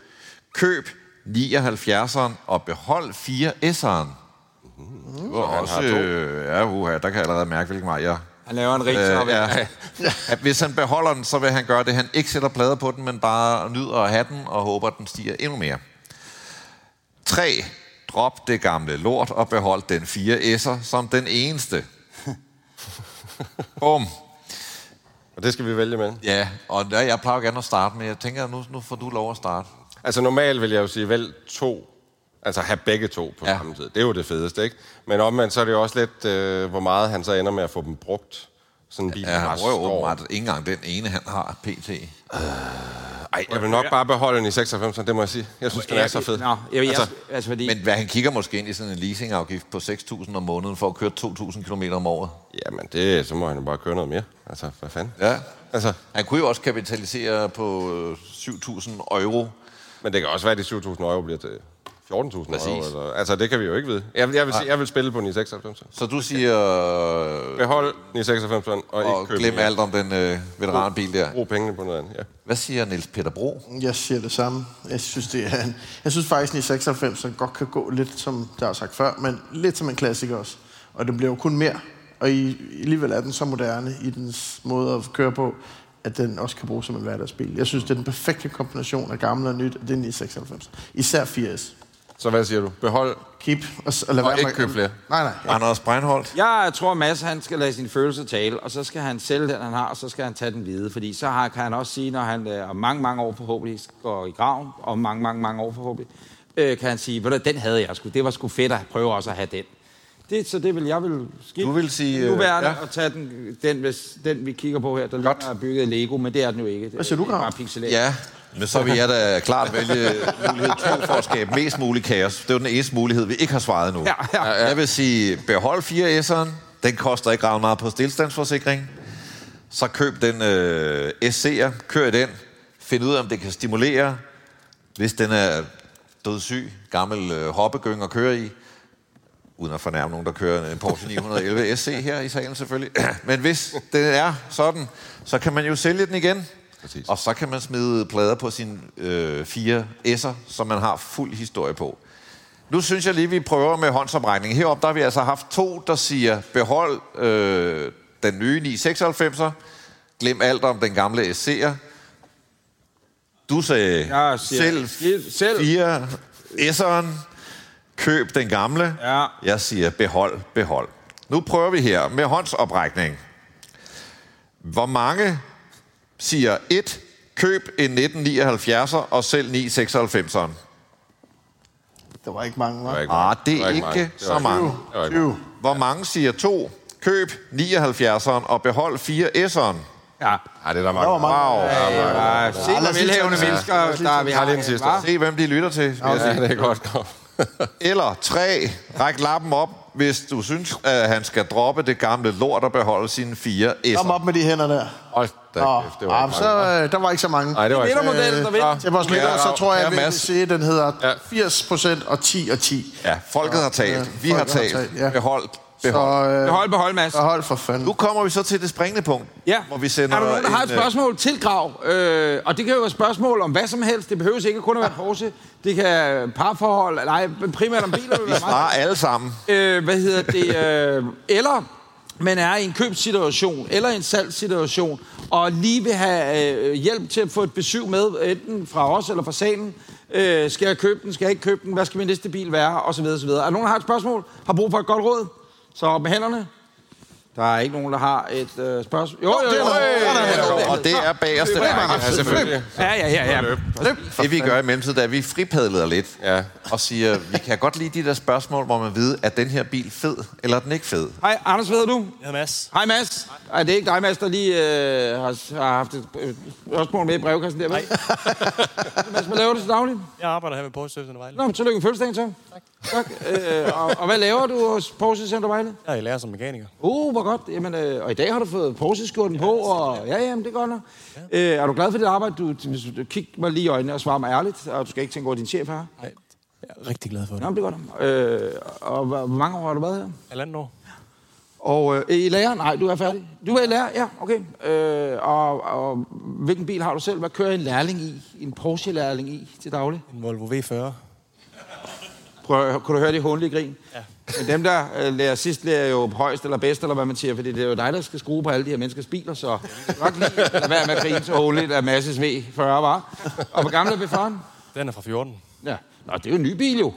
S3: Køb 79'eren og behold 4 S'eren. Uh, også, øh, ja, uha, der kan jeg allerede mærke, hvilken vej jeg
S2: Han laver en rigtig
S3: Øh,
S2: øh, ja.
S3: ja. At hvis han beholder den, så vil han gøre det. Han ikke sætter plader på den, men bare nyder at have den og håber, at den stiger endnu mere. 3. Drop det gamle lort og behold den 4 S'er som den (laughs) eneste. Bum.
S4: Og det skal vi vælge med.
S3: Ja, og der, jeg plejer jo gerne at starte, men jeg tænker, nu, nu får du lov at starte.
S4: Altså normalt vil jeg jo sige, vælg to. Altså have begge to på
S3: Ja.
S4: ja. samme tid. Det er jo det fedeste, ikke? Men omvendt, så er det jo også lidt, øh, hvor meget han så ender med at få dem brugt. Sådan en bil,
S3: Ja,
S4: ja,
S3: han
S4: bare
S3: røver
S4: står.
S3: åbenbart ikke engang den ene, han har pt.
S4: Ej, jeg vil nok bare beholde den i 96, det må jeg sige. Jeg synes, den er så fed.
S2: Nå, jeg, altså,
S4: Altså,
S2: jeg, altså fordi...
S3: Men hvad, han kigger måske ind i sådan en leasingafgift på 6.000 om måneden for at køre 2.000 km om året.
S4: jamen, det, så må han jo bare køre noget mere. Altså, hvad fanden?
S3: Ja.
S4: Altså,
S3: Han kunne jo også kapitalisere på øh, 7.000 euro.
S4: men det kan også være, at de 7.000 euro bliver til 14.000 euro.
S3: Præcis.
S4: Eller, altså, det kan vi jo ikke vide. Jeg, vil- jeg, vil, sige, jeg vil spille på 996.
S3: Så du siger, øh,
S4: Behold 996 og,
S3: og
S4: ikke købe
S3: glem
S4: mere.
S3: alt om den øh, veteranbil der.
S4: Brug pengene på noget andet, ja.
S3: Hvad siger Niels Peter Bro?
S5: Jeg siger det samme. Jeg synes, det er en, jeg synes faktisk, at i 96 så godt kan gå lidt, som der har sagt før, men lidt som en klassiker også. Og det bliver jo kun mere. Og i, alligevel er den så moderne i dens måde at køre på, at den også kan bruges som en hverdagsbil. Jeg synes, det er den perfekte kombination af gammel og nyt, og det er 996. Især 4S.
S4: Så hvad siger du? Behold
S5: Keep og, s- og lad
S4: Og
S5: være
S4: ikke
S5: med-
S4: købe flere.
S5: Nej, nej.
S3: Anders Breinholt?
S2: Jeg tror, Mads han skal lade sine følelser tale, og så skal han sælge den, han har, og så skal han tage den videre. Fordi så har, kan han også sige, når han øh, om mange, mange år forhåbentlig går i graven, om mange, mange, mange år forhåbentlig, øh, kan han sige, ved du, den havde jeg sgu. Det var sgu fedt at prøve også at have den. Det, så det vil jeg vil skifte.
S3: Du vil sige, øh,
S2: Øh, nuværende,
S3: ja.
S2: ja. og tage den, den, hvis, den, vi kigger på her, der ligner er bygget af Lego, men det er den jo ikke. Hvad
S5: siger du, Grav?
S2: Bare pixeleret.
S3: Ja, men så vil jeg da klart vælge mulighed 2 for at skabe mest mulig kaos. Det er jo den eneste mulighed, vi ikke har svaret nu.
S2: Ja, ja.
S3: Jeg vil sige, behold 4S'eren. Den koster ikke ret meget på stillstandsforsikring. Så køb den øh, SC'er, kør i den. Find ud af, om det kan stimulere. Hvis den er dødssyg, gammel øh, hoppegyng at køre i, uden at fornærme nogen, der kører en Porsche 911 SC her i salen selvfølgelig. (clears throat) Men hvis den er sådan, så kan man jo sælge den igen. Præcis. Og så kan man smide plader på sine øh, fire S'er, som man har fuld historie på. Nu synes jeg lige, vi prøver med håndsoprækning. Heroppe der har vi altså haft to, der siger, behold øh, den nye 996'er, glem alt om den gamle SC'er. Du sagde
S2: Jeg siger,
S3: selv,
S2: skidt selv.
S3: fire S'eren, køb den gamle.
S2: Ja.
S3: Jeg siger, behold, behold. Nu prøver vi her med håndsoprækning. Hvor mange siger 1, køb en 1979'er og selv 996'eren?
S5: Der var ikke mange,
S4: Der var
S5: var?
S4: ikke
S3: Ah,
S4: mange.
S3: det
S4: Der
S3: er
S4: var
S3: ikke,
S4: mange. Der
S3: så
S4: var
S3: mange.
S4: Der var ikke
S5: 20.
S3: Hvor mange siger 2, køb 79'eren og behold 4S'eren?
S2: ja.
S4: Ej, det er der mange.
S5: mange.
S3: Wow.
S2: Ja, se, hvor velhævende mennesker, der vi har.
S4: Har lige en sidste.
S2: hva'?
S3: Se, hvem de lytter til. vil jeg sige.
S4: Ja, det er godt.
S5: (laughs)
S4: godt.
S3: Eller 3, ræk lappen op, hvis du synes, at han skal droppe det gamle lort og beholde sine 4
S5: Kom
S3: S'er.
S5: op med de hænder der.
S4: Hold da
S5: Nå,
S4: kæft, det var
S5: ah,
S4: ikke
S5: så,
S4: mange.
S5: øh, der var ikke så mange.
S4: Nej, det var ikke
S2: Vinder modellen, der vinder.
S5: Til vores middag, så tror jeg,
S3: Ja,
S5: at vi vil
S3: Mads.
S5: sige, at den hedder
S4: Ja.
S5: 80 procent og 10 og 10.
S3: Ja, folket har
S5: Ja,
S3: talt. Vi
S5: folket
S3: har
S5: har
S3: talt.
S5: talt, ja.
S3: Behold,
S5: Så
S3: behold.
S5: øh,
S2: Behold, behold, Mads.
S5: behold for fanden.
S3: Nu kommer vi så til det springende punkt,
S2: Ja.
S3: hvor vi sender
S2: er der nogen, der har
S3: en,
S2: et
S3: øh,
S2: spørgsmål til Grav? Øh, og det kan jo være spørgsmål om hvad som helst. Det behøves ikke kun at være Porsche. Det kan parforhold, nej, men primært om biler. vil
S3: Vi
S2: være
S3: svarer
S2: meget.
S3: alle sammen.
S2: Øh, hvad hedder det? Øh, eller man er i en købssituation, eller en salgssituation, og lige vil have øh, hjælp til at få et besøg med, enten fra os eller fra salen. Øh, skal jeg købe den? Skal jeg ikke købe den? Hvad skal min næste bil være? Og så videre, og så videre. Er der nogen, der har et spørgsmål? Har brug for et godt råd? Så op med hænderne. Der er ikke nogen, der har et øh, spørgsmål. Jo, jo, jo.
S3: Og det er bagerste række.
S4: Ja, selvfølgelig.
S2: Ja, ja, ja. ja.
S3: Det vi gør i mellemtiden, er, at vi fripadler lidt.
S4: Ja.
S3: Og siger, vi kan godt lide de der spørgsmål, hvor man ved, at den her bil fed, eller er den ikke fed.
S2: Hej, Anders, hvad hedder du?
S7: Ja, Mads.
S2: Hej, Mads. Ej, det er ikke dig, Mads, der lige øh, har, har haft et øh, spørgsmål med i brevkassen der, vel? (laughs) Mads, hvad laver du til daglig?
S9: Jeg arbejder her med Porsche Service Center Vejle.
S2: Nå, men tillykke med fødselsdagen, så. Tak. tak. Øh, og, og, hvad laver du hos Porsche Center Vejle?
S9: Jeg er lærer som mekaniker.
S2: Uh, hvor godt. Jamen, øh, og i dag har du fået Porsche-skjorten på, og ja, jamen, det er godt nok. Øh, er du glad for dit arbejde? Du, hvis du, kig mig lige i øjnene og svar mig ærligt, og du skal ikke tænke over, at din chef er her.
S9: Nej, jeg er rigtig glad for
S2: Nå,
S9: det.
S2: men det er godt nok. Øh, og hvor hvor mange år har du været her?
S9: Halvandet år.
S2: Og øh, i lærer? Nej, du er færdig. Du er i lærer? Ja, okay. Øh, og, og hvilken bil har du selv? Hvad kører en lærling i? En Porsche-lærling i til daglig?
S9: En Volvo V40.
S2: Prøv, at høre- kunne du høre det håndlige grin? Ja. Men dem, der øh, lærer sidst, lærer jo højst eller bedst, eller hvad man siger, fordi det er jo dig, der skal skrue på alle de her menneskers biler, så nok lige (laughs) lade være med at grine så håndligt af Masses V40, var. Og hvor gammel er B40'en?
S9: Den er fra 14.
S2: Ja. Nå, det er jo en ny bil, jo.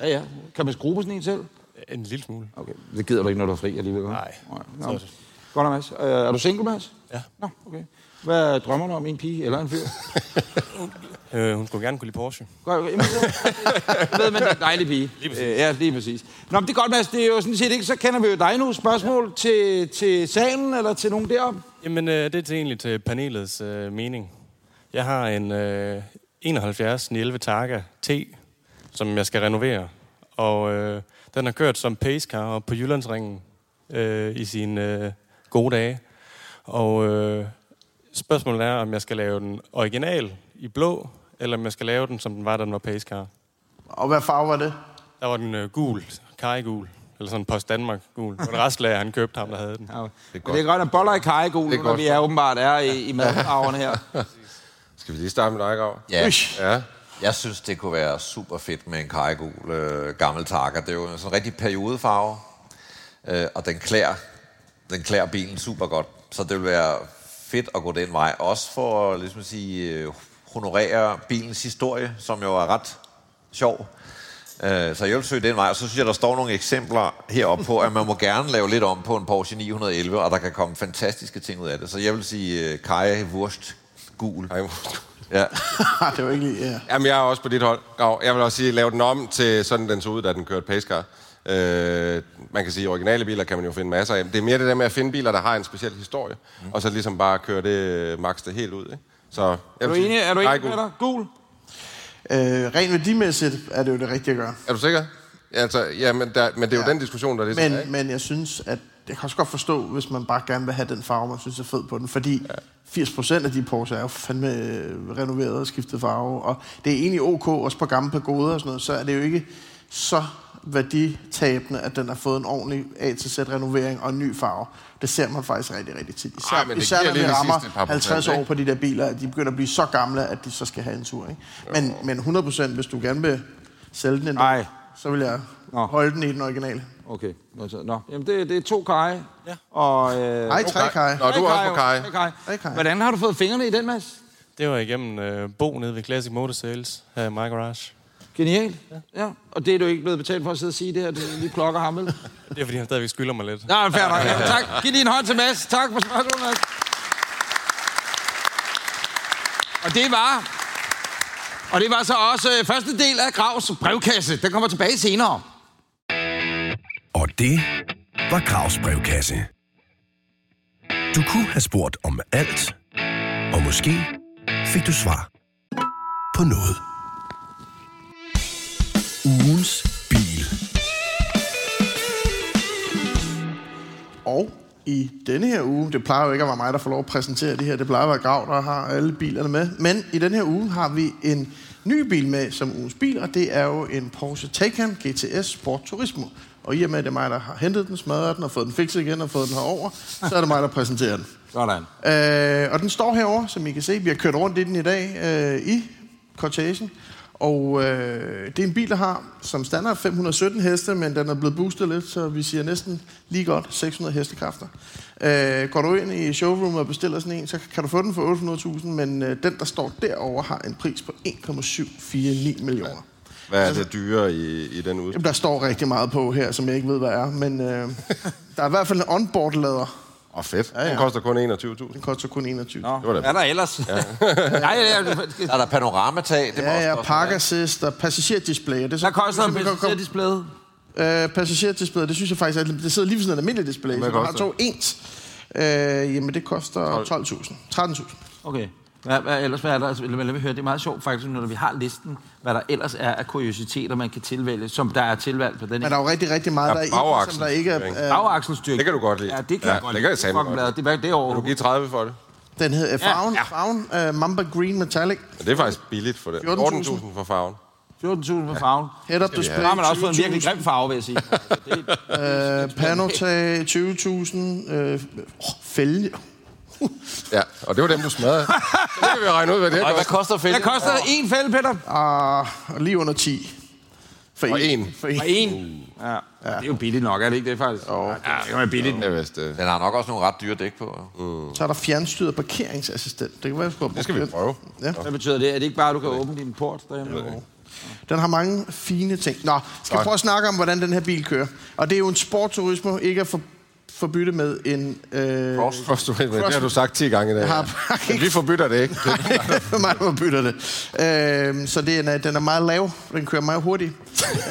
S2: Ja, ja. Kan man skrue på sådan en selv?
S9: En lille smule.
S2: Okay, det gider du ikke, når du er fri alligevel. hva'?
S9: Nej.
S2: Nå. Godt nok, Mads. Øh, er du single, Mads?
S9: Ja.
S2: Nå, okay. Hvad drømmer du om, en pige eller en fyr? (laughs)
S9: Øh, hun skulle gerne kunne lide Porsche.
S2: Godt, okay. Jamen, så- så ved man, det er en dejlig pige. Lige præcis. Ja, lige præcis. Nå, men det er godt, Mads. Det er jo sådan set ikke, så kender vi jo dig nu. Spørgsmål ja. til, til salen eller til nogen deroppe?
S9: Jamen, øh, det er til egentlig til panelets øh, mening. Jeg har en øh, 71 11 Targa T, som jeg skal renovere. Og øh, den har kørt som pacecar op på Jyllandsringen øh, i sine øh, gode dage. Og øh, spørgsmålet er, om jeg skal lave den original i blå, eller om jeg skal lave den, som den var, da den var pacecar.
S5: Og hvad farve var det? (laughs)
S9: Der var den øh, gul, kajgul, eller sådan Post Danmark-gul. Det var en restlager, han købte ham, der havde den.
S2: Ja. Det er godt, det er godt at boller i karregul,
S4: Det er
S2: når
S4: godt.
S2: vi er åbenbart er i, i madfarverne
S4: (laughs)
S2: her.
S4: Skal vi lige starte med dig, Grav?
S3: Ja.
S4: Ja.
S3: Jeg synes, det kunne være super fedt med en karregul øh, gammel takker. Det er jo sådan en rigtig periodefarve, øh, og den klæder, den klæder bilen super godt. Så det ville være fedt at gå den vej. Også for at ligesom at sige, øh, honorere bilens historie, som jo er ret sjov. Øh, så jeg vil søge den vej, og så synes jeg, der står nogle eksempler heroppe på, at man må gerne lave lidt om på en Porsche 911, og der kan komme fantastiske ting ud af det. Så jeg vil sige øh, Kaja Wurst gul.
S4: Ej,
S3: Ja.
S5: Ah, det var ikke lige... Ja.
S4: Jamen, jeg er også på dit hold, Grav. Jeg vil også sige, lave den om til sådan, den så ud, da den kørte pacecar. Øh, man kan sige, at originale biler kan man jo finde masser af. Det er mere det der med at finde biler, der har en speciel historie, mm. og så ligesom bare køre det, max det helt ud. Ikke? Så, jeg
S2: Er du enig, er du enig med dig? Gul?
S5: Øh, rent værdimæssigt er det jo det rigtige at gøre.
S4: Er du sikker? Altså, ja, men, der, men det er jo ja.
S5: Ja.
S4: den diskussion, der ligesom er,
S5: Men,
S4: ikke?
S5: men jeg synes, at jeg kan også godt forstå, hvis man bare gerne vil have den farve, man synes er fed på den, fordi 80% af de Porsche er jo fandme øh, renoveret og skiftet farve, og det er egentlig ok, også på gamle pagoder og sådan noget, så er det jo ikke så værditabende, at den har fået en ordentlig A-Z-renovering og en ny farve. Det ser man faktisk rigtig, rigtig tit. Især,
S4: Ej, men det
S5: især
S4: giver
S5: når
S4: lige
S5: vi
S4: de
S5: rammer
S4: sidste par procent,
S5: 50 år
S4: ikke?
S5: på de der biler, at de begynder at blive så gamle, at de så skal have en tur. Ikke? Men, men 100% hvis du gerne vil sælge den, en dag,
S2: Ej.
S5: så vil jeg
S2: Nå.
S5: holde den i den originale.
S2: Okay. Nå, så- Nå. Jamen, det, det er to karre. Ja. Og, øh,
S5: Ej, tre kaj.
S4: Nå, du er også på Kai.
S2: Tre karre.
S5: Tre karre.
S2: Hvordan har du fået fingrene i den, Mads?
S9: Det var igennem øh, Bo nede ved Classic Motor Sales her i My Garage.
S2: Genialt. Ja. Og det er du ikke blevet betalt for at sidde og sige det her. Du lige plukker ham, vel?
S9: Det er fordi, han stadigvæk skylder mig lidt.
S2: Nej, fair nok. Ja, tak. Giv lige en hånd til Mads. Tak for spørgsmålet, Mads. Og det var... Og det var så også øh, første del af Gravs brevkasse. Den kommer tilbage senere.
S1: Og det var Gravs brevkasse. Du kunne have spurgt om alt, og måske fik du svar på noget. Ugens bil.
S5: Og i denne her uge, det plejer jo ikke at være mig, der får lov at præsentere det her, det plejer at være Grav, der har alle bilerne med, men i den her uge har vi en ny bil med som ugens bil, og det er jo en Porsche Taycan GTS Sport Turismo. Og i og med, at det er mig, der har hentet den, smadret den og fået den fikset igen og fået den herover, så er det mig, der præsenterer den.
S2: Sådan.
S5: Øh, og den står herover, som I kan se. Vi har kørt rundt i den i dag øh, i cortegen. Og øh, det er en bil, der har som standard 517 heste, men den er blevet boostet lidt, så vi siger næsten lige godt 600 hestekræfter. Øh, går du ind i showroom og bestiller sådan en, så kan du få den for 800.000, men øh, den, der står derovre, har en pris på 1,749 millioner.
S4: Hvad
S2: altså-
S4: er det dyre i, i den ud?
S5: Jamen, der står rigtig meget på her, som jeg ikke ved, hvad er, men øh, der er i hvert fald en onboard-lader.
S4: Åh, oh, fedt. Ja,
S5: ja.
S4: Den koster kun 21.000.
S5: Den koster kun 21.
S2: Nå,
S4: Det var da-
S2: hvad er der ellers? Ja. (laughs) Nej, ja, ja.
S3: Der (laughs) er der panoramatag. Det må
S5: Ja,
S3: også
S5: ja,
S3: koste
S5: park assist og passagerdisplay. og Det er så,
S2: Der koster en
S5: så- kom- kom-
S2: passager-display.
S5: Øh, passagerdisplay, det synes jeg faktisk, at det sidder lige ved siden af et almindeligt display. Så man har
S4: koster
S5: to ens. Øh, jamen, det koster 12.000. 13.000.
S2: Okay. Hvad, hvad, ellers, hvad er der? Altså, Lad mig, lad mig høre, det er meget sjovt faktisk, når vi har listen, hvad der ellers er af kuriositeter, man kan tilvælge, som der er tilvalgt på den
S5: Men
S2: her.
S5: der er jo rigtig, rigtig meget,
S4: Ja,
S5: der er i,
S4: bagaksen.
S5: som der ikke er... Øh,
S2: Bagakselstyrke.
S4: Det kan du godt lide.
S2: Ja, det kan
S4: Ja,
S2: jeg godt lide.
S4: det kan jeg
S2: Det er
S4: fandme
S2: fucking
S4: godt
S2: bladet. Det var det
S4: Kan
S2: år.
S4: du give 30 for det?
S5: den hedder øh,
S2: Ja,
S5: farven,
S2: ja.
S5: farven øh, Mamba Green Metallic.
S4: Men det er faktisk billigt for det.
S5: 14.000.
S4: 14.000 for farven.
S2: 14.000 for farven.
S5: Head-up
S2: Så
S5: display.
S2: har man også fået en virkelig grim farve, vil jeg sige. Altså, det,
S5: Øh,
S2: (laughs)
S5: Panotag 20.000. Øh, åh, fælge.
S4: Ja, og det var dem,
S2: (laughs)
S4: du smadrede. Så kan vi jo regne ud, hvad det er.
S3: Og hvad koster fælden?
S2: Hvad koster en fælde, Peter?
S5: Ah, og lige under 10. For
S4: Og
S5: en.
S4: en.
S5: For en.
S2: Og en. Ja. ja. Det er jo billigt nok, er det ikke det faktisk? Oh. Ja, det er jo billigt.
S4: Det er vist, øh,
S3: Den har nok også nogle ret dyre dæk på. jo.
S5: Så er der fjernstyret og parkeringsassistent. Det kan være, jeg skulle have
S4: det skal vi
S5: brugt
S4: prøve.
S5: Ja.
S2: Hvad betyder det? Er det ikke bare, at du kan åbne din port derhjemme?
S5: Den har mange fine ting. Nå, skal vi prøve at snakke om, hvordan den her bil kører. Og det er jo en sportturisme, ikke at for, forbytte med en... Øh, (laughs)
S4: Cross, cross turisme, det har du sagt 10 gange i dag.
S5: Har
S4: Ja.
S5: bare
S4: Men
S5: ikke-
S4: vi forbytter det ikke.
S5: for mig forbytter det. Øh, så det er, en- den er meget lav. Den kører meget hurtigt.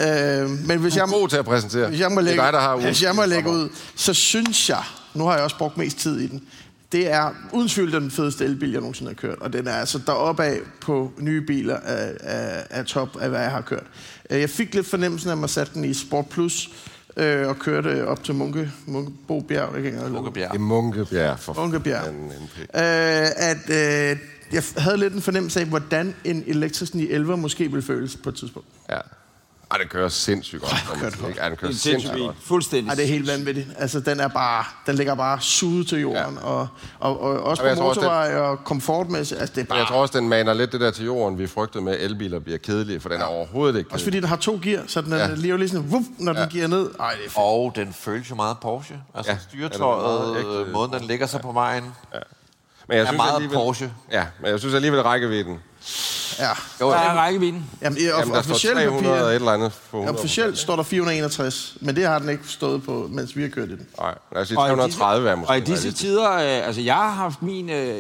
S5: øh, men hvis jeg...
S4: Jeg er god til at præsentere.
S5: Hvis jeg må lægge,
S4: det er dig, der har
S5: hvis jeg må lægge ud, så synes jeg, nu har jeg også brugt mest tid i den, det er uden tvivl den fedeste elbil, jeg nogensinde har kørt. Og den er altså deroppe af på nye biler af, af, af top af, hvad jeg har kørt. Øh, Jeg fik lidt fornemmelsen af, at man satte den i Sport Plus øh, og kørte op til Munke, Munkebo Bjerg. Jeg kan ikke engang-
S3: Munkebjerg.
S4: I Munkebjerg. For
S5: Munkebjerg.
S4: fanden, NP.
S5: Øh, at øh, jeg havde lidt en fornemmelse af, hvordan en elektrisk 911 måske ville føles på et tidspunkt.
S4: Ja. Ej, den kører sindssygt godt. Ej,
S5: kører den
S4: Ja, den kører
S2: En sindssyg
S4: sindssygt
S2: bil.
S4: godt.
S2: Fuldstændig.
S5: Ej, det er helt vanvittigt. Altså, den er bare, den ligger bare suget til jorden, ja. og, og, og, også
S4: Jamen, jeg
S5: på
S4: tror også,
S5: motorvej og komfortmæssigt. Altså, det er
S4: Men
S5: bare...
S4: jeg tror også, den maner lidt det der til jorden, vi frygtede med, at elbiler bliver kedelige, for den er overhovedet ikke
S5: Også
S4: kedelig.
S5: fordi den har to gear, så den er
S4: Ja.
S5: ja. lige, lige sådan, vup, når ja. den giver ned. Ej, det er fedt.
S3: Og den føles jo meget Porsche. Altså
S4: Ja,
S3: ja,
S4: den
S3: styretøjet,
S4: er meget ægte.
S3: øh, måden den ligger sig på vejen, ja,
S4: Men jeg
S3: er meget Porsche.
S4: Ja, men jeg synes alligevel rækkevidden.
S5: Ja.
S3: Jo,
S2: Der
S3: den-
S2: er rækkevidden.
S5: Jamen, i,
S4: Jamen,
S5: Jamen,
S4: der står
S5: officielt
S4: 300 og et
S5: papir,
S4: eller andet på 100.
S5: officielt står der 461, men det har den ikke stået på, mens vi har kørt i den.
S4: Nej, lad os sige
S2: Og i disse-
S4: 330 er måske.
S2: Og i disse tider, øh, altså jeg har haft min øh,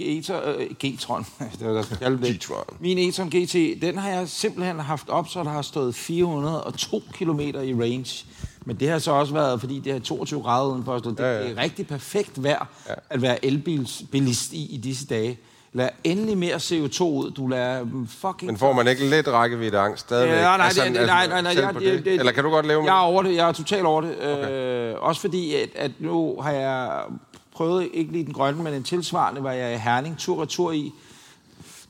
S2: G-tron, øh, G-tron, det var der, jeg kaldte det.
S4: G-tron.
S2: min E-tron GT, den har jeg simpelthen haft op, så der har stået 402 km i range. Men det har så også været, fordi det er 22 grader udenfor, så det ja, ja. er rigtig perfekt vejr at være elbilsbilist i i disse dage. Lad endelig mere CO2 ud. Du lader mm, fucking
S4: Men får man ikke lidt rækkeviddeangst stadigvæk?
S2: Ja, nej,
S4: Altså,
S2: det,
S4: altså,
S2: nej, nej, nej,
S4: selv
S2: jeg,
S4: på
S2: det, det,
S4: Eller kan du godt leve med
S2: Jeg er
S4: det?
S2: over det, jeg er totalt over det. Okay. Øh, også fordi, at, at nu har jeg prøvet, ikke lige den grønne, men en tilsvarende, var jeg i Herning tur og tur i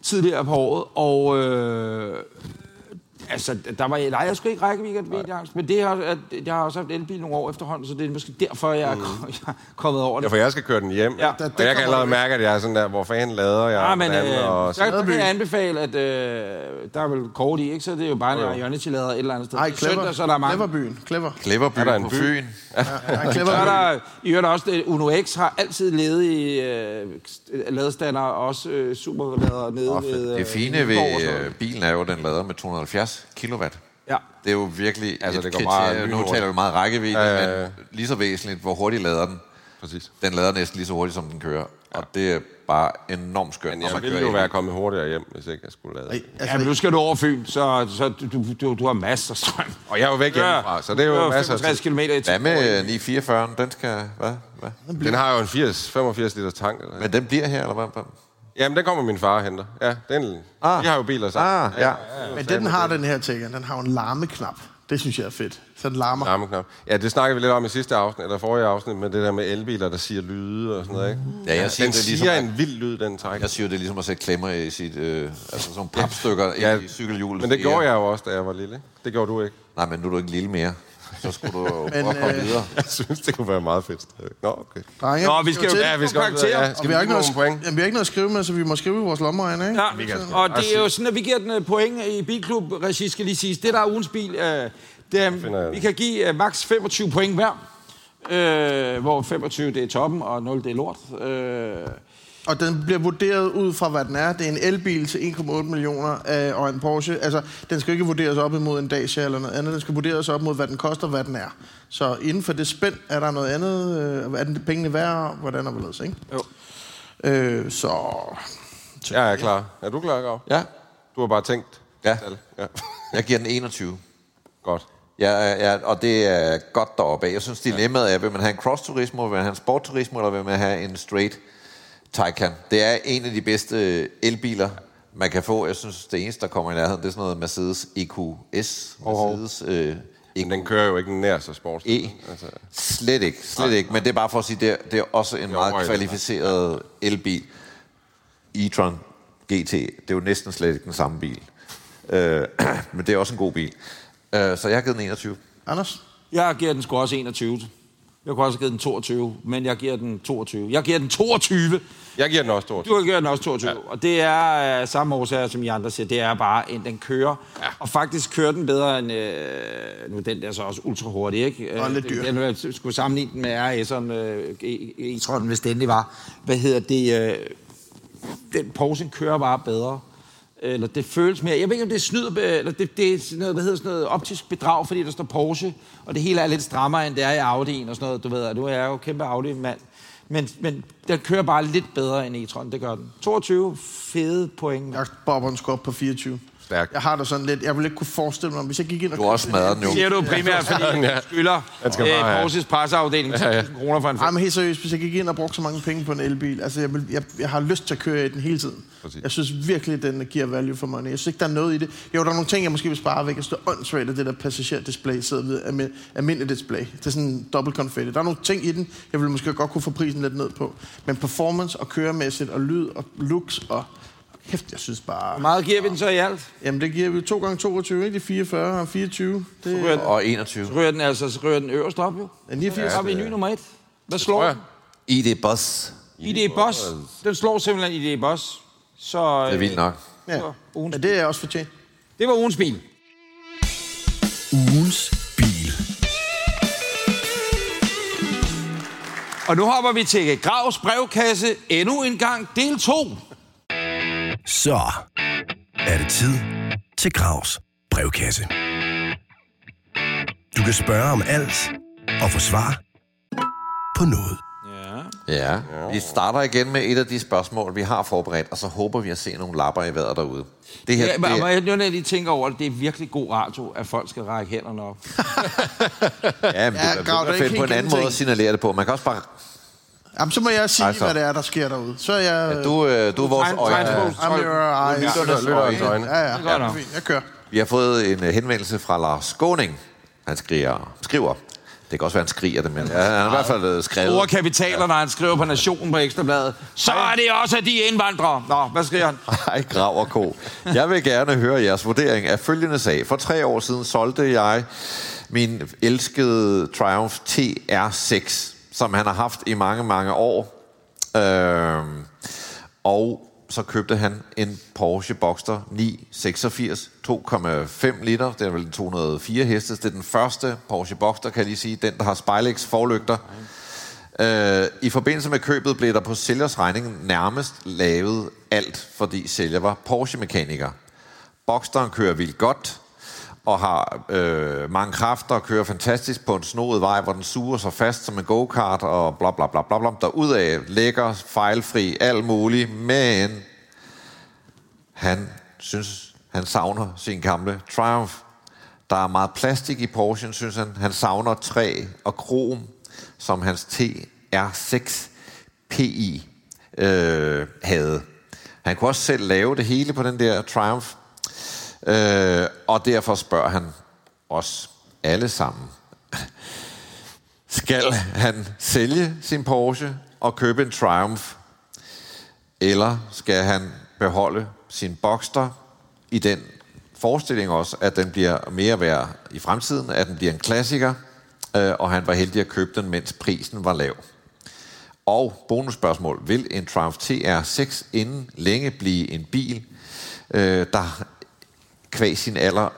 S2: tidligere på året, og øh, altså, der var, nej, jeg skulle ikke række weekendangst, men det har, at, jeg har også haft elbil nogle år efterhånden, så det er måske derfor, jeg er, kom, jeg er kommet over
S4: Ja,
S2: det.
S4: for Mm. jeg skal køre den hjem. Ja,
S2: Ja,
S4: og
S2: det-
S4: jeg
S2: det
S4: kan
S2: kommer
S4: allerede
S2: jo.
S4: mærke, at jeg er sådan der, hvor fanden lader jeg?
S2: Ja, men øh,
S4: hvordan, og
S2: der,
S4: sådan.
S2: der kan jeg anbefale, at øh, der er vel kort i, ikke? Så det er jo bare en Ionity-lader et eller andet sted.
S5: Ej, clever.
S2: Søndag, så er der mange.
S5: Cleverbyen, clever.
S3: Klipperby
S4: Er der en
S3: på
S4: by?
S3: Fyn.
S4: (laughs)
S5: Ja,
S2: Så er
S5: clever.
S2: der i øvrigt også, det, Uno X har altid ledige øh, ladestander, og også øh, superlader nede oh, ved... Øh,
S3: Det fine ved
S2: Nyborg og sådan noget.
S3: øh, bilen er jo, at den lader med 270 kilowatt.
S2: Ja.
S3: Det er jo virkelig
S4: Altså,
S3: altså, et
S4: det går
S3: det
S4: meget
S3: kriterie. Nu
S4: lynhurtigt.
S3: taler vi meget rækkevidde,
S4: Ja, ja,
S3: ja,
S4: ja.
S3: men lige så væsentligt, hvor hurtigt lader den.
S4: Præcis.
S3: Den lader næsten lige så hurtigt, som den kører. Og det er bare enormt skønt,
S4: Men
S3: når
S4: jeg
S3: man
S4: ville
S3: kører i.
S4: jo være kommet hurtigere hjem, hvis ikke jeg skulle lade.
S5: Altså,
S2: Ja, Altså, men nu skal du over Fyn, så, så du, du, du, du har masser af strøm.
S4: Og jeg er jo væk (laughs) hjemmefra, så det er jo masser af tid.
S2: 60 km i
S3: Hvad
S2: timen.
S3: med 944? Den skal... Hvad? hvad?
S4: Den har jo en 80, 85 liters tank. Eller?
S3: Men den bliver her, eller hvad?
S4: Jamen, den kommer min far og henter. Ja, den, ah.
S3: Ah.
S4: de har jo biler sammen.
S3: Ah, ja.
S5: Men den har den her, tænker jeg. Den har jo en larmeknap. Det synes jeg er fedt. Så den larmer.
S4: Rammeknap. Ja, det snakkede vi lidt om i sidste afsnit, eller forrige afsnit, med det der med elbiler, der siger lyde og sådan noget, ikke?
S3: Ja, jeg siger,
S4: den
S3: det er
S4: siger
S3: ligesom, at-
S4: en vild lyd, den træk.
S3: Jeg siger jo, det er ligesom at sætte klemmer i sit... Øh, altså sådan nogle papstykker
S4: Ja,
S3: ja, i cykelhjulet.
S4: Men det gjorde jeg jo også, da jeg var lille. Det gjorde du ikke.
S3: Nej, men nu er du ikke lille mere. Så skulle du jo
S5: (laughs) Men,
S3: prøve at komme
S5: øh,
S3: videre.
S4: Jeg synes, det kunne være meget fedt. stadigvæk. Nå, okay.
S5: Drenge,
S2: Nå, vi skal jo
S5: til.
S2: ja, vi skal
S4: også videre.
S2: karakterer.
S4: Ja,
S5: Og
S4: skal
S5: vi,
S4: vi
S5: har
S4: give nogle
S5: ikke noget, at sk-
S4: point?
S5: jamen, vi har ikke noget at skrive med, så vi må skrive i vores lommeregner, ikke?
S2: Ja, og det er jo sådan, at vi giver den øh, point i Bilklub-regi, skal lige siges. Det, der er ugens bil, øh, det
S4: finder
S2: er,
S4: jeg
S2: vi
S4: den.
S2: kan give øh, maks 25 point hver. Øh, hvor 25 det er toppen, og 0 det er lort. Øh,
S5: Og den bliver vurderet ud fra, hvad den er. Det er en elbil til 1,8 millioner øh, og en Porsche. Altså, den skal ikke vurderes op imod en Dacia eller noget andet. Den skal vurderes op mod, hvad den koster, hvad den er. Så inden for det spænd, er der noget andet? Øh, er den pengene værd? Hvordan er det ikke?
S2: Jo.
S5: Øh, så...
S4: Ja, jeg er klar. Er du klar, Grav?
S3: Ja,
S4: Du har bare tænkt.
S3: Ja.
S4: tal. ja.
S3: jeg giver den 21.
S4: Godt.
S3: Ja, ja, og det er godt deroppe af. Jeg synes, dilemmaet er, vil man have en cross-turismo, vil man have en sport-turismo, eller vil man have en straight Taycan? Det er en af de bedste elbiler, man kan få. Jeg synes, det eneste, der kommer i nærheden, det er sådan noget Mercedes EQS. Mercedes øh,
S4: Men den kører jo ikke nær så sports.
S3: E. Slet ikke, slet ikke. Men det er bare for at sige, det er, det er også en
S4: overvejer
S3: meget
S4: det,
S3: kvalificeret elbil. e-tron GT, det er jo næsten slet ikke den samme bil. Øh, (clears throat) men det er også en god bil. Øh, så jeg har givet den 21.
S5: Anders?
S2: Jeg giver den sgu også 21. Jeg kunne også have givet den 22, men jeg giver den 22. Jeg giver den 22!
S4: Jeg giver den også 22.
S2: Du har gjort den også 22. Ja. Og det er øh, samme årsager, som I andre siger. Det er bare, at den kører. Ja. Og faktisk kører den bedre end... Øh, nu er den der så også ultra hurtig, ikke?
S5: Og lidt dyr.
S2: Den, den øh, skulle sammenligne den med RS'eren, øh, E-tronen, hvis det endelig var. Hvad hedder det? Øh, den Porsche kører bare bedre. Eller det føles mere... Jeg ved ikke, om det er snyd... Eller det, det er sådan noget, hvad hedder sådan noget optisk bedrag, fordi der står Porsche. Og det hele er lidt strammere, end det er i Audi'en og sådan noget. Du ved, og nu er jeg jo kæmpe Audi-mand. Men, men den kører bare lidt bedre end e-tron, det gør den. 22 fede point.
S5: Jeg bobber den sgu op på 24.
S4: Stærkt.
S5: Jeg har det sådan lidt. Jeg vil ikke kunne forestille mig, hvis jeg gik ind og...
S3: Du har også smadret den jo.
S2: Siger du primært, fordi du skylder
S4: skal
S2: øh,
S4: bare have.
S2: Porsches presseafdeling 1000 kroner for en
S5: Ej,
S2: fed.
S5: men helt seriøst, hvis jeg gik ind og brugte så mange penge på en elbil, altså jeg, vil, jeg, jeg har lyst til at køre i den hele tiden.
S4: Præcis.
S5: Jeg synes virkelig, den giver value for money. Jeg synes ikke, der er noget i det. Jo, der er nogle ting, jeg måske vil spare væk. Jeg synes, det er åndssvagt, at det der passagerdisplay sidder ved almi- almindelig display. Det er sådan en dobbelt konfetti. Der er nogle ting i den, jeg ville måske godt kunne få prisen lidt ned på. Men performance og køremæssigt og lyd og looks og... Kæft, jeg synes bare...
S2: Hvor meget giver vi den så i alt?
S5: Jamen, det giver vi 2 gange 22, ikke? Det er 44 og 24. Det
S2: Ryger
S5: er
S2: den,
S3: Og 21.
S2: ryger den altså så ryger den øverst op, jo.
S5: er 89.
S2: Så er vi i ny nummer et. Hvad slår
S4: tror
S2: den?
S3: ID Buzz.
S2: ID Boss. Den slår simpelthen ID Boss. Så
S3: Det er
S2: øh,
S3: vildt nok.
S5: Ja.
S2: ugens
S5: Men det er også fortjent.
S2: det var ugens bil.
S1: Ugens bil.
S2: Og nu hopper vi til Gravs brevkasse endnu en gang, del 2.
S1: Så er det tid til Gravs brevkasse. Du kan spørge om alt og få svar på noget.
S3: Ja. Vi starter igen med et af de spørgsmål, vi har forberedt, og så håber vi at se nogle lapper i vejret derude. Det her,
S2: Ja, men,
S3: det,
S2: men, nu, når jeg lige tænker over det, det er virkelig god radio, at folk skal række hænderne op.
S3: ja, men det
S5: Ja,
S3: er
S5: Grav,
S3: begyndt at
S5: det
S3: finde
S5: er
S3: på en
S5: ikke helt
S3: anden måde at
S5: gennemtænkt.
S3: signalere det på. Man kan også bare...
S5: Jamen, så må jeg
S3: Altså.
S5: sige, altså. hvad det er, der sker derude. Så er jeg... Ja,
S3: Du, øh, du er vores
S2: Tegn-
S3: øjne.
S2: tegnsprogs-
S5: I'm your eyes.
S4: Lytter, lytterens øjne.
S5: Ja, ja.
S2: Det er godt
S5: ja.
S2: nok.
S5: fint. Jeg kører.
S3: Vi har fået en øh, henvendelse fra Lars Skåning. Han skriver, skriver. Det kan også være, han skriger det, men ja, han har i hvert fald øh, skrevet.
S2: Bruger kapitaler, når han skriver på Nationen på Ekstrabladet. Så er det også, at de er indvandrere. Nå, hvad skriver han?
S3: Hej, Grav og Ko. Jeg vil gerne høre jeres vurdering af følgende sag. For tre år siden solgte jeg min elskede Triumph TR6, som han har haft i mange, mange år. Øhm, og så købte han en Porsche Boxster 986 2,5 liter. Det er vel en 204 hestes. Det er den første Porsche Boxster, kan jeg lige sige. Den, der har Spejlex forlygter. Øh, I forbindelse med købet blev der på sælgers regning nærmest lavet alt, fordi sælger var Porsche-mekaniker. Boxsteren kører vildt godt, og har øh, mange kræfter og kører fantastisk på en snoet vej, hvor den suger sig fast som en go-kart og bla bla bla bla bla. Derudaf lækker, fejlfri, alt muligt, men han synes, han savner sin gamle Triumph. Der er meget plastik i Porschen, synes han. Han savner træ og krom, som hans TR6 PI øh, havde. Han kunne også selv lave det hele på den der Triumph. Øh, og derfor spørger han os alle sammen. (laughs) Skal han sælge sin Porsche og købe en Triumph? Eller skal han beholde sin Boxster i den forestilling også, at den bliver mere værd i fremtiden, at den bliver en klassiker, øh, og han var heldig at købe den, mens prisen var lav. Og bonusspørgsmål. Vil en Triumph TR6 inden længe blive en bil, øh, der kvæg sin alder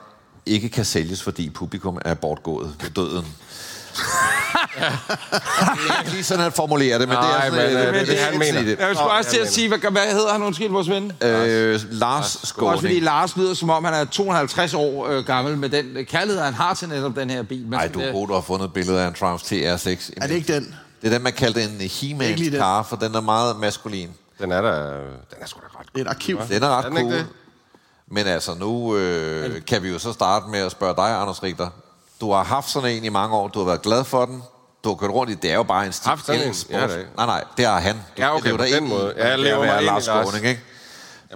S3: ikke kan sælges, fordi publikum er bortgået ved døden? det er ikke lige sådan, han formulerer det, men det er
S4: Nej,
S3: sådan,
S4: men,
S3: øh, det
S4: øh,
S3: er
S4: men
S3: lidt
S4: det, han
S3: indsnit i
S4: mener.
S3: det.
S2: Jeg skulle også til at sige, hvad, hvad hedder han? Undskyld, vores ven.
S3: Øh, Lars
S2: Også fordi
S3: Skåning.
S2: Lars lyder, som om han er 250 år øh, gammel med den øh, kærlighed, han har til netop den her bil. Man
S3: Nej,
S2: skal,
S3: du er
S2: øh,
S3: god, du har fundet et billede af en Triumph TR6.
S5: Altså, Er det ikke den?
S3: Det er den, man kaldte en
S5: Ikke lige
S3: He-Man's
S5: den.
S3: car, for den er meget maskulin.
S4: Den er der... Den er sgu da ret
S5: Det er et arkiv.
S3: Den er ret
S4: Er den ikke
S3: cool.
S4: det?
S3: Men altså, nu øh, kan vi jo så starte med at spørge dig, Anders Richter. Du har haft sådan en i mange år, du har været glad for den. Du har kørt rundt i, det er jo bare en stil.
S4: Haft sådan en?
S3: Sport.
S4: Ja, det er ikke.
S3: nej, nej, det har han. Du
S4: Ja, okay,
S3: lever
S4: på
S3: dig
S4: den
S3: ind i,
S4: måde.
S3: hvordan
S4: Ja, jeg
S3: det er
S4: lever
S3: at være
S4: mig ind i
S3: Lars
S4: Lars.
S3: Skåning, ikke?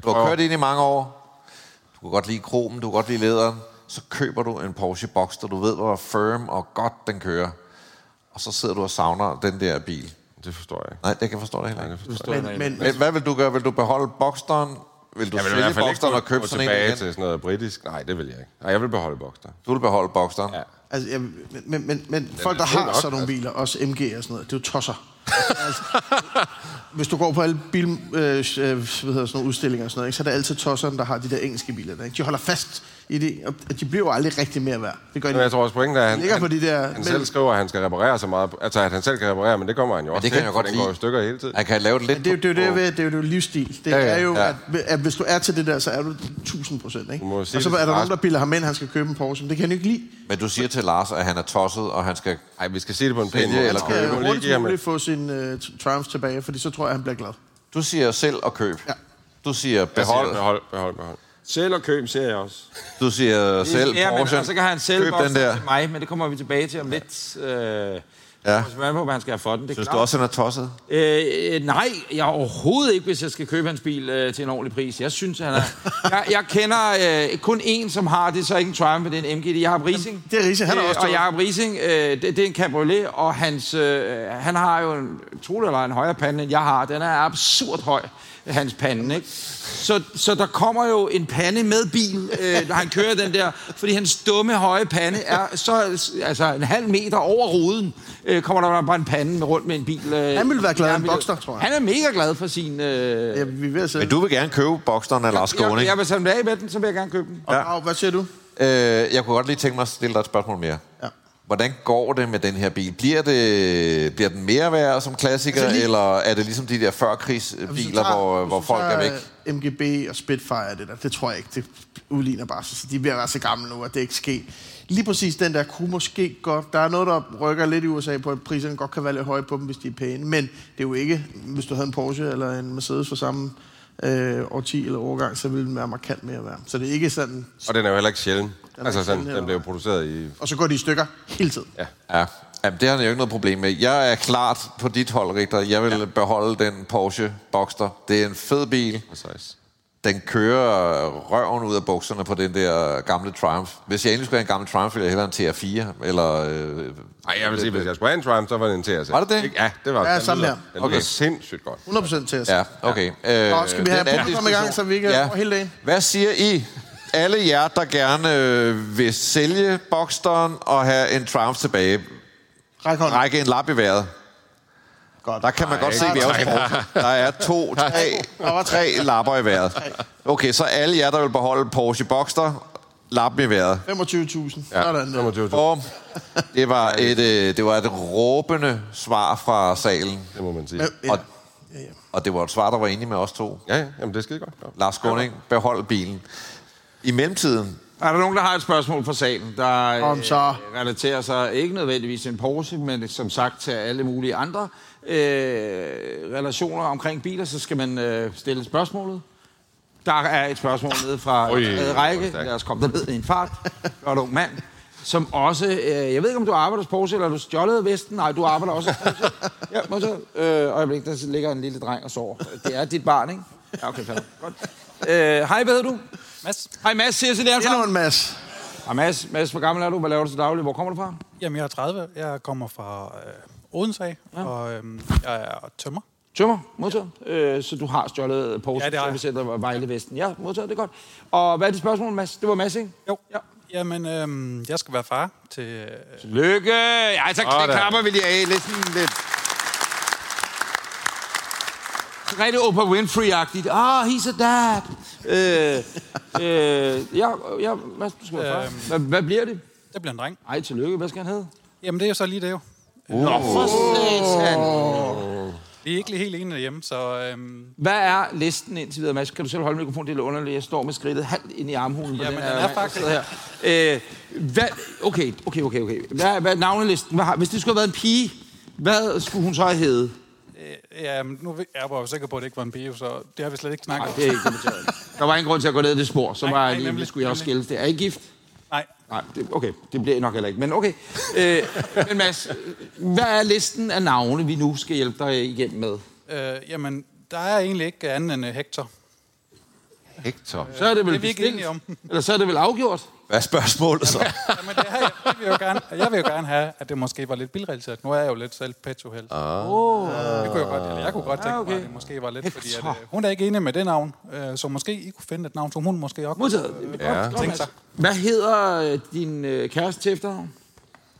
S3: Du har
S4: prøver.
S3: kørt ind i mange år. Du kan godt lide kromen, du kan godt lide lederen. Så køber du en Porsche Boxster, du ved, hvor firm og godt den kører. Og så sidder du og savner den der bil.
S4: Det forstår jeg ikke.
S3: Nej, det kan jeg forstå det heller ikke.
S5: Men, men
S3: Men hvad vil du gøre? Vil du beholde Boxsteren? Vil du
S4: Jeg vil i
S3: sælge
S4: hvert fald
S3: Boxsteren og
S4: ikke gå,
S3: købe
S4: gå
S3: sådan en
S4: tilbage
S3: igen?
S4: til sådan noget britisk. Nej, det vil jeg ikke. Nej, jeg vil beholde Boxster.
S3: Du vil beholde Boxsteren?
S4: Ja.
S5: Altså, jeg, men, men, men folk, der
S4: er god
S5: har
S4: nok, altså.
S5: sådan nogle biler, også MG og sådan noget, det er jo tosser. altså, hvis du går på alle bil, øh, øh, hvad hedder sådan nogle udstillinger og sådan noget, ikke, så er det altid tosserne, der har de der engelske biler. Der, ikke? De holder fast i det, og de bliver jo aldrig rigtig mere værd. Det gør
S4: Men
S5: de.
S4: jeg tror også pointen er, at han,
S5: ligger på de der-
S4: han
S5: men-
S4: selv skriver, at han skal reparere så meget. Altså, at han selv kan reparere, men det kommer han jo også
S3: det kan
S4: til,
S3: jeg
S4: for
S3: godt
S4: den
S3: lide.
S4: går i stykker hele tiden.
S3: Han kan lave det lidt
S5: Det er jo det, er jo det, ved- det, er jo det livsstil. Det ja,
S4: ja,
S5: er jo,
S4: ja.
S5: at, at, hvis du er til det der, så er du 1000 procent. Ikke?
S4: Du må
S5: Og
S4: sige
S5: så
S4: det
S5: er
S4: til
S5: der nogen,
S4: Lars.
S5: der piller ham ind, han skal købe en Porsche. Men det kan han jo ikke lide.
S3: Men du siger til Lars, at han er tosset, og han skal...
S4: Nej, vi skal sige det på en pæn
S3: Sælge
S4: måde.
S3: eller
S4: Skal
S5: Kan
S4: vi
S5: jeg
S4: nu lige give
S5: hurtigst
S4: ham
S5: muligt
S4: et-
S5: få sin uh, Triumph tilbage, fordi så tror jeg, han bliver glad.
S3: Du siger selv og køb.
S5: Ja.
S3: Du siger
S4: Jeg siger,
S3: behold.
S4: Behold, behold, behold.
S2: Sælg og køb, siger jeg også.
S3: Du siger selv
S2: Ligesom- ja, men,
S3: Porsche.
S2: og så kan han selv
S3: køb den der.
S2: til mig, men det kommer vi tilbage til om lidt. Øh,
S3: Ja.
S2: ja. Spørgsmål, på, hvad han skal have for den. Det er
S3: Synes
S2: klart.
S3: du også, han er tosset?
S2: Øh, øh, nej, jeg er overhovedet ikke, hvis jeg skal købe hans bil øh, til en ordentlig pris. Jeg synes, han er...
S5: (laughs)
S2: jeg, jeg kender øh, kun en, som har det, er så ikke en Triumph, men det er en MG. Det er Jacob Rising.
S5: Det er Riese, han er også
S2: Og
S5: tosset.
S2: Jacob Rising, øh, det, det er en cabriolet, og hans, øh, han har jo en, tro det eller ej, en højere pande, end jeg har. Den er absurd høj, hans pande, ikke? Så, så der kommer jo en pande med bil, øh, når han kører den der, fordi hans dumme høje pande er så altså en halv meter over ruden, øh, kommer der bare en pande med rundt med en bil. Øh,
S5: Han ville være glad i en
S2: han ville-
S5: Boxster, tror jeg.
S2: Han er mega glad for sin... Øh,
S5: Ja, vi er ved at sætte.
S3: Men du vil gerne købe Boxsteren af Lars
S2: jeg,
S3: Skåning.
S2: jeg vil sætte den af med den, så vil jeg gerne købe den.
S5: Og, Grav, hvad siger du?
S3: Øh, jeg kunne godt lige tænke mig at stille dig et spørgsmål mere.
S5: Ja.
S3: Hvordan går det med den her bil? Bliver, det, bliver den mere værd som klassiker,
S5: Altså
S3: altså
S5: lige-
S3: lige... eller er det ligesom de der
S5: Hvis du
S3: førkrigsbiler, hvor,
S5: hvis
S3: hvor
S5: du
S3: folk er væk?
S5: tager, øh, MGB og Spitfire, det der, det tror jeg ikke, det udligner bare sig. De bliver være så gamle nu, at det ikke sker. Lige præcis den der kunne måske godt... Der er noget, der rykker lidt i USA på, at priserne godt kan være lidt høje på dem, hvis de er pæne. Men det er jo ikke, hvis du havde en Porsche eller en Mercedes for samme øh, årti eller overgang, så ville den være markant mere værd. Så det er ikke sådan...
S4: Og den er jo heller ikke sjælden.
S5: er
S4: Altså, sådan,
S5: ikke sjælden heller.
S4: den blev produceret i...
S5: Og så går de i stykker hele tiden. Ja.
S3: Ja. Jamen, det har jeg jo ikke noget problem med. Jeg er klart på dit hold, Richter. Jeg vil ja. beholde den Porsche Boxster. Det er en fed bil.
S4: Præcis.
S3: Den kører røven ud af bukserne på den der gamle Triumph. Hvis jeg endelig skulle have en gammel Triumph, ville jeg hellere have en TR4. Eller, øh,
S4: Nej, jeg vil sige, hvis jeg skulle have en Triumph, så var det en TRC.
S3: Var det det?
S4: Ikke? Ja, det var
S5: Ja,
S4: den
S5: sådan
S4: lyder-
S5: der.
S4: Den okay.
S3: Okay.
S4: lyder sindssygt godt.
S5: 100% til at sige.
S3: Ja, okay. Øh,
S5: Nå, skal vi
S3: det er
S5: have
S3: en anden
S5: publikum i gang,
S3: diskussion.
S5: så vi ikke er over hele dagen?
S3: Hvad siger I? Alle jer, der gerne øh, vil sælge Boxsteren og have en Triumph tilbage,
S5: Ræk hånden.
S3: række en lap i vejret.
S5: Godt.
S3: Der kan man godt se, at vi er hos Poulsen. Der er to, tre, tre lapper i vejret. Okay, så alle jer, der vil beholde Porsche Boxster, lappen i vejret.
S5: 25.000. Ja. Sådan der.
S4: 25.000.
S3: Bum. Det var et, øh, det var et råbende svar fra salen.
S4: Det må man sige.
S5: Ja.
S3: Og, og det var et svar, der var enig med os to.
S4: Ja, ja, jamen det er skide godt. Ja.
S3: Lars Skåning, behold bilen. I mellemtiden,
S2: Er der nogen, der har et spørgsmål fra salen, der
S5: Kom så.
S2: øh, relaterer sig ikke nødvendigvis til en Porsche, men som sagt til alle mulige andre øh, relationer omkring biler, så skal man øh, stille spørgsmålet. Der er et spørgsmål nede fra
S4: Ui,
S2: tredje
S4: hvor
S2: række.
S4: stærkt.
S2: Lad os komme derned i en fart. Godt ung mand. Som også, øh, jeg ved ikke, om du arbejder hos Porsche, eller har du stjålet vesten? Nej, du arbejder også hos Porsche. Ja, modtaget. Øh, øjeblik, der ligger en lille dreng og sover. Det er dit barn, ikke? Ja, okay, fair. nok. Godt. Øh, Hej, hvad hedder du?
S10: Mads?
S2: Hej Mads, siger jeg til dig.
S5: Endnu en masse.
S2: Og Ah, Mads, Mads, hvor gammel er du? Hvad laver du til daglig? Hvor kommer du fra?
S10: Jamen, jeg er 30. Jeg kommer fra øh, Odense af, ja. og øh, jeg er tømmer.
S2: Tømmer, modtaget. Ja. Øh, så du har stjålet Porsche
S10: Ja, det har jeg.
S2: Servicecenter og Vejle Vesten. Ja, modtaget, det er godt. Og hvad er dit spørgsmål, Mads? Det var Mads, ikke?
S10: Jo.
S2: Ja.
S10: Ja. Jamen, øh, jeg skal være far til... Øh,
S2: Lykke! Ej, så
S4: Sådan.
S2: knæk klapper vi lige af. Lidt sådan lidt... Sådan Rigtig Oprah Winfrey-agtigt. Ah, oh, he's a dad. Øh, øh, ja, ja, Mads, du skal være
S10: Øhm.
S2: far. hvad, hvad bliver det?
S10: det bliver en dreng.
S2: Ej, tillykke. Hvad skal han hedde?
S10: Jamen, det er jo så lige det jo. Øh,
S2: Nå, for satan.
S10: Vi er ikke lige helt enige derhjemme, så... Øh,
S2: Hvad er listen indtil videre, Mads? Kan du selv holde mikrofonen? Det er lidt underligt. Jeg står med skridtet halvt ind i armhulen. på
S10: Jamen,
S2: den
S10: den
S2: her
S10: er
S2: mand, der
S10: faktisk-
S2: sidder her. Øh, hvad, okay, okay, okay, okay. Hvad, hvad er navnelisten? Hvad har, hvis det skulle have været en pige, hvad skulle hun så have heddet?
S10: øh, jamen, nu ved- jeg var jo sikker på, at det ikke var en bio, så det har vi slet ikke
S2: Nej,
S10: snakket om.
S2: det er ikke det, betalt. Der var ingen grund til at gå ned i det spor. Så
S10: Nej,
S2: var
S10: nej,
S2: jeg lige,
S10: nemlig,
S2: skulle jeg også
S10: nemlig.
S2: skilles det. Er I gift?
S10: (laughs) Nej.
S2: Nej, det, okay, det bliver I nok heller ikke, men okay. Øh, men Mads, hvad er listen af navne, vi nu skal hjælpe dig igennem med?
S10: Øh, jamen, der er egentlig ikke andet end øh, Hector.
S4: Hector.
S2: Så er det vel
S10: det er vi ikke
S2: bestilt,
S10: enige om.
S2: eller så er det vel afgjort?
S3: hvad er spørgsmålet så?
S10: Jamen, det, her, jeg, vil jo gerne, jeg vil jo gerne have, at det måske var lidt bilrelateret. Nu er jeg jo lidt selv petjo helt. Ah. Oh. Det kunne jeg, godt, eller jeg kunne godt tænke
S2: Ah,
S10: ah,
S2: okay.
S10: okay. mig, at det måske var lidt, fordi at,
S2: Hector.
S10: øh, hun er ikke enig med det navn, øh, så måske I kunne finde et navn, som hun måske også kunne
S2: Modtaget. Ja.
S10: tænke sig.
S2: Hvad hedder øh, din øh, kæreste til efternavn?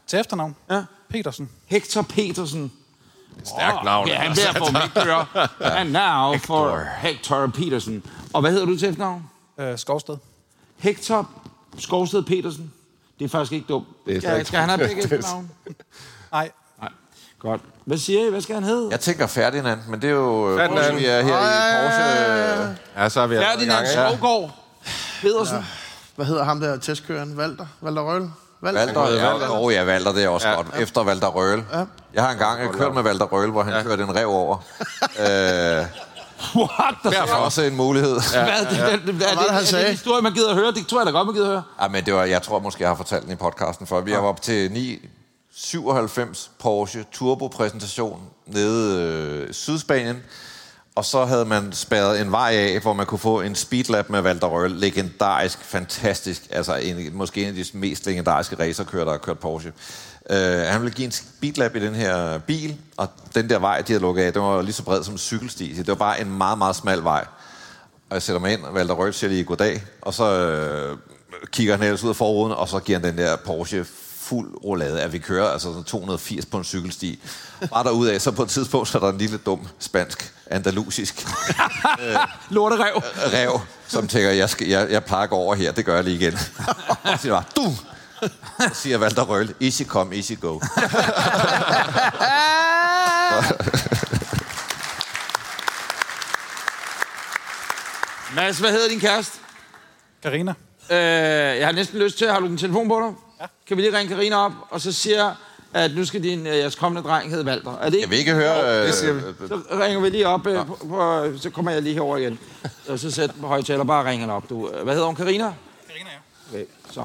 S10: Til efternavn?
S2: Ja.
S10: Petersen.
S2: Hector Petersen.
S3: Stærkt navn.
S2: Ja, han bliver for
S3: (laughs)
S2: Victor. And now for Hector Petersen. Og hvad hedder du til efternavn?
S10: Øh, Skovsted.
S2: Hector Skovsted Petersen. Det er faktisk ikke dumt.
S4: Det er slet
S2: Skal,
S4: ikke
S2: skal han have begge
S4: dumt.
S2: efternavn?
S10: Nej.
S2: Godt. Hvad siger I? Hvad skal han hedde?
S3: Jeg tænker Ferdinand, men det er jo...
S4: Ferdinand.
S3: Ferdinand. Vi er her i Porsche.
S4: Ja, så er vi allerede i
S2: Ferdinand
S4: gang, ikke?
S2: Skovgaard Pedersen. Ja.
S5: Hvad hedder ham der testkøreren? Valter? Valter Røgle?
S3: Valder, ja, Åh oh, ja, Valder, det er også
S4: Ja.
S3: ja. godt. Efter Valder Røgle. Ja. Jeg har engang jeg kørt med Valder Røgle, hvor han ja. kørte en rev over.
S2: (laughs) What the
S3: Derfor
S2: fuck?
S3: også en mulighed. Ja.
S2: Hvad? Det, det, det, det,
S5: han
S2: er det
S5: sagde?
S2: en historie, man gider at høre? Det tror jeg da godt, man gider at høre.
S3: ja. Ah, men det var, jeg tror måske, jeg har fortalt den i podcasten før. Jeg var op til 9, 97 Porsche Turbo-præsentation nede øh, Sydspanien. Og så havde man spærret en vej af, hvor man kunne få en speedlap med Valder Røgle. Legendarisk, fantastisk. Altså en, måske en af de mest legendariske racerkører, der har kørt Porsche. Uh, han ville give en speedlap i den her bil, og den der vej, de havde lukket af, den var lige så bred som en cykelsti. Så det var bare en meget, meget smal vej. Og jeg sætter mig ind, og Valder Rødt siger lige goddag, og så øh, kigger han ellers ud af forruden, og så giver han den der Porsche fuld roulade, at vi kører altså sådan 280 på en cykelsti. Bare derudad, så på et tidspunkt, så er der en lille dum spansk, andalusisk
S2: Lorterev.
S3: rev, som tænker, jeg, skal, jeg, jeg plejer at gå over her, det gør jeg lige igen. og siger bare, du! Så siger Valder Røl, easy come, easy go.
S2: Mads, hvad hedder din kæreste?
S10: Karina.
S2: Øh, jeg har næsten lyst til, har du din telefon på dig? Ja. Kan vi lige ringe Karina op, og så siger at nu skal din, øh, jeres kommende dreng hedde Valter. Er det
S3: Jeg
S2: ikke?
S3: vil ikke høre... Øh,
S2: Så ringer vi lige op, øh, på, på, så kommer jeg lige herover igen. Og så sæt på højtaler, bare ringer op. Du. Øh, Hvad hedder hun, Karina?
S10: Karina, ja.
S2: Okay, så.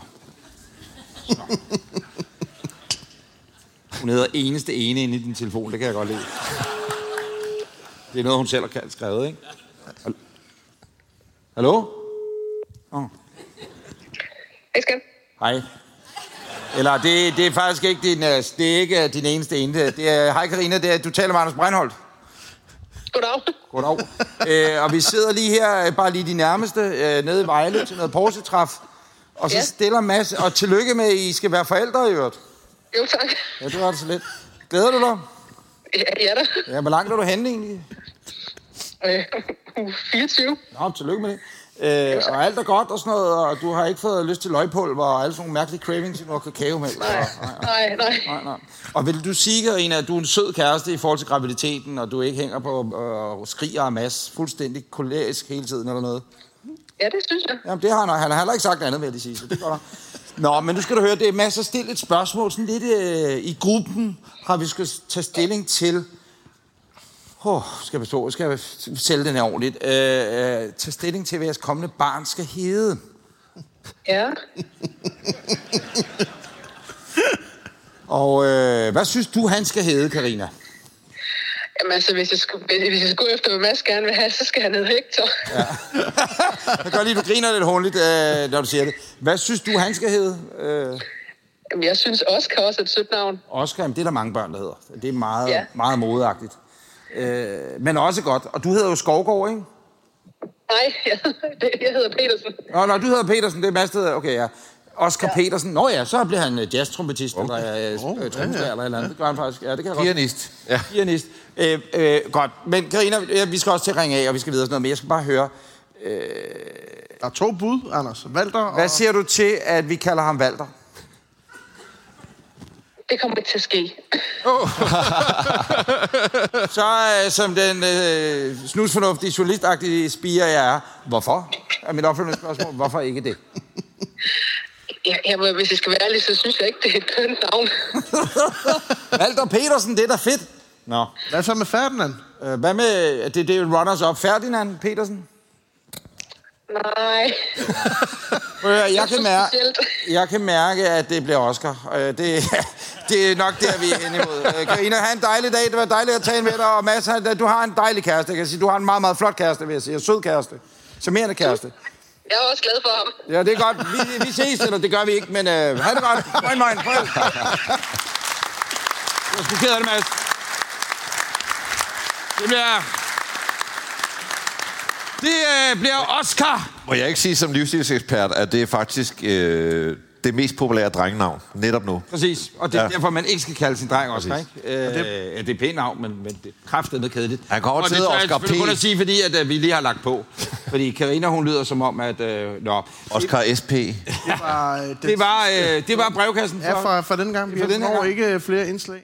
S2: så. Hun hedder eneste ene inde i din telefon, det kan jeg godt lide. Det er noget, hun selv har kaldt skrevet, ikke? Hal- Hallo?
S11: Hej, skat.
S2: Hej. Eller det, det er faktisk ikke din, øh, det er ikke øh, din eneste ene. Det det er, hej Karina, det er, du taler med Anders Breinholt.
S11: Goddag.
S2: Goddag. Æ, og vi sidder lige her, øh, bare lige de nærmeste, øh, nede i Vejle til noget Porsche-træf. Og så
S11: Ja.
S2: stiller Mads, og tillykke med, at I skal være forældre i øvrigt.
S11: Jo, tak.
S2: Ja, det var det så lidt. Glæder du dig?
S11: Ja, ja da.
S2: Ja, hvor langt er du henne egentlig?
S11: Øh, (laughs) uge 24.
S2: Nå, tillykke med det. Øh, og alt er godt og sådan noget, og du har ikke fået lyst til løgpulver og alle sådan nogle mærkelige cravings, hvor kakao med.
S11: Nej, nej, nej.
S2: Nej, nej. Og vil du sige, Karina, at du er en sød kæreste i forhold til graviditeten, og du ikke hænger på øh, og skriger af mas fuldstændig kolerisk hele tiden eller noget?
S11: Ja, det synes jeg.
S2: Jamen, det har han, han har heller ikke sagt andet, vil jeg lige sige, så det går nok. Nå, men nu skal du høre, det er masser stille et spørgsmål, sådan lidt øh, i gruppen har vi skal tage stilling til, oh, skal jeg forstå, skal jeg sælge den her ordentligt, øh, øh, tage stilling til, hvad jeres kommende barn skal hedde.
S11: Ja.
S2: Og øh, hvad synes du, han skal hedde, Karina?
S11: Jamen altså, hvis jeg, skulle, hvis hvis jeg skulle gå efter, hvad Mads gerne vil have, så skal han hedde Hector. Ja.
S2: Jeg kan godt lide, du griner lidt håndligt, øh, når du siger det. Hvad synes du, han skal hedde? Øh,
S11: Jamen, jeg synes Oscar også er et sødt navn.
S2: Oscar, jamen, det er der mange børn, der hedder. Det er meget, ja.
S11: Ja.
S2: meget modeagtigt. Øh, men også godt. Og du hedder jo Skovgård, ikke?
S11: Nej, jeg, det- jeg hedder Petersen.
S2: Nå, når du hedder Petersen, det er Mads, der hedder. Okay, ja. Oscar ja. Petersen. Nå ja, så bliver han øh, jazz-trompetist, okay. eller øh, oh, trommeslager, ja, ja. eller et eller andet. Det gør han faktisk. Ja, det kan jeg godt.
S3: Pianist.
S2: Ja. Pianist. Øh, øh, godt. Men Karina, øh, vi skal også til at ringe af, og vi skal videre og sådan noget. Men jeg skal bare høre.
S5: Der er to bud, Anders. Valter og...
S2: Hvad siger du til, at vi kalder ham (laughs) Valter?
S11: Det kommer ikke til at ske.
S2: Så øh, som den øh, snusfornuftige, journalistagtige spiger, jeg er. Hvorfor? Er mit opfølgende spørgsmål. Hvorfor ikke det?
S11: Ja, jamen, hvis jeg skal være ærlig, så synes jeg ikke, det er et kønt navn.
S2: (laughs) Valter Petersen, det er da fedt. Nå.
S5: Hvad så med Ferdinand?
S2: Øh, Hvad med, det, det er jo runners up, Ferdinand Petersen?
S11: Nej,
S2: Prøv at høre, jeg, kan
S11: så
S2: mærke,
S11: specielt.
S2: jeg kan mærke, at det bliver Oscar. Øh, Det, (laughs) det er nok der, vi er henne imod. Øh, Karina, have en dejlig dag. Det var dejligt at tale med dig. Og Mads, han- du har en dejlig kæreste. Jeg kan sige, du har en meget, meget flot kæreste, vil jeg sige. Og Sød kæreste. Charmerende kæreste.
S11: jeg er også glad for ham.
S2: Ja, det er godt. Vi, vi ses, eller det gør vi ikke, men øh, ha' det godt. Moin, moin. Prøv. Jeg er sgu ked af det, Mads. Det bliver... Det øh, bliver Oscar.
S3: Må jeg ikke sige som livsstilsekspert, at det er faktisk øh, det mest populære drengnavn netop nu.
S2: Præcis, og det er
S3: Ja.
S2: ja. derfor, man ikke skal kalde sin dreng også,
S3: Præcis.
S2: ikke? Øh, det... Ja, det er pænt navn, men, men det er kraftedeme kedeligt.
S3: Han kommer til at hedde
S2: Og det
S3: Oscar
S2: er selvfølgelig
S3: P.
S2: kun at sige, fordi at, øh, vi lige har lagt på. Fordi Karina hun lyder som om, at... Øh, nå.
S3: Oscar S.P.
S5: Det var, øh, den
S2: Det var,
S5: sidste.
S2: øh, det var brevkassen
S5: Ja,
S2: for-
S5: fra, fra den gang. Vi
S2: fra
S5: har
S2: denne
S5: når
S2: gang.
S5: ikke øh, flere indslag.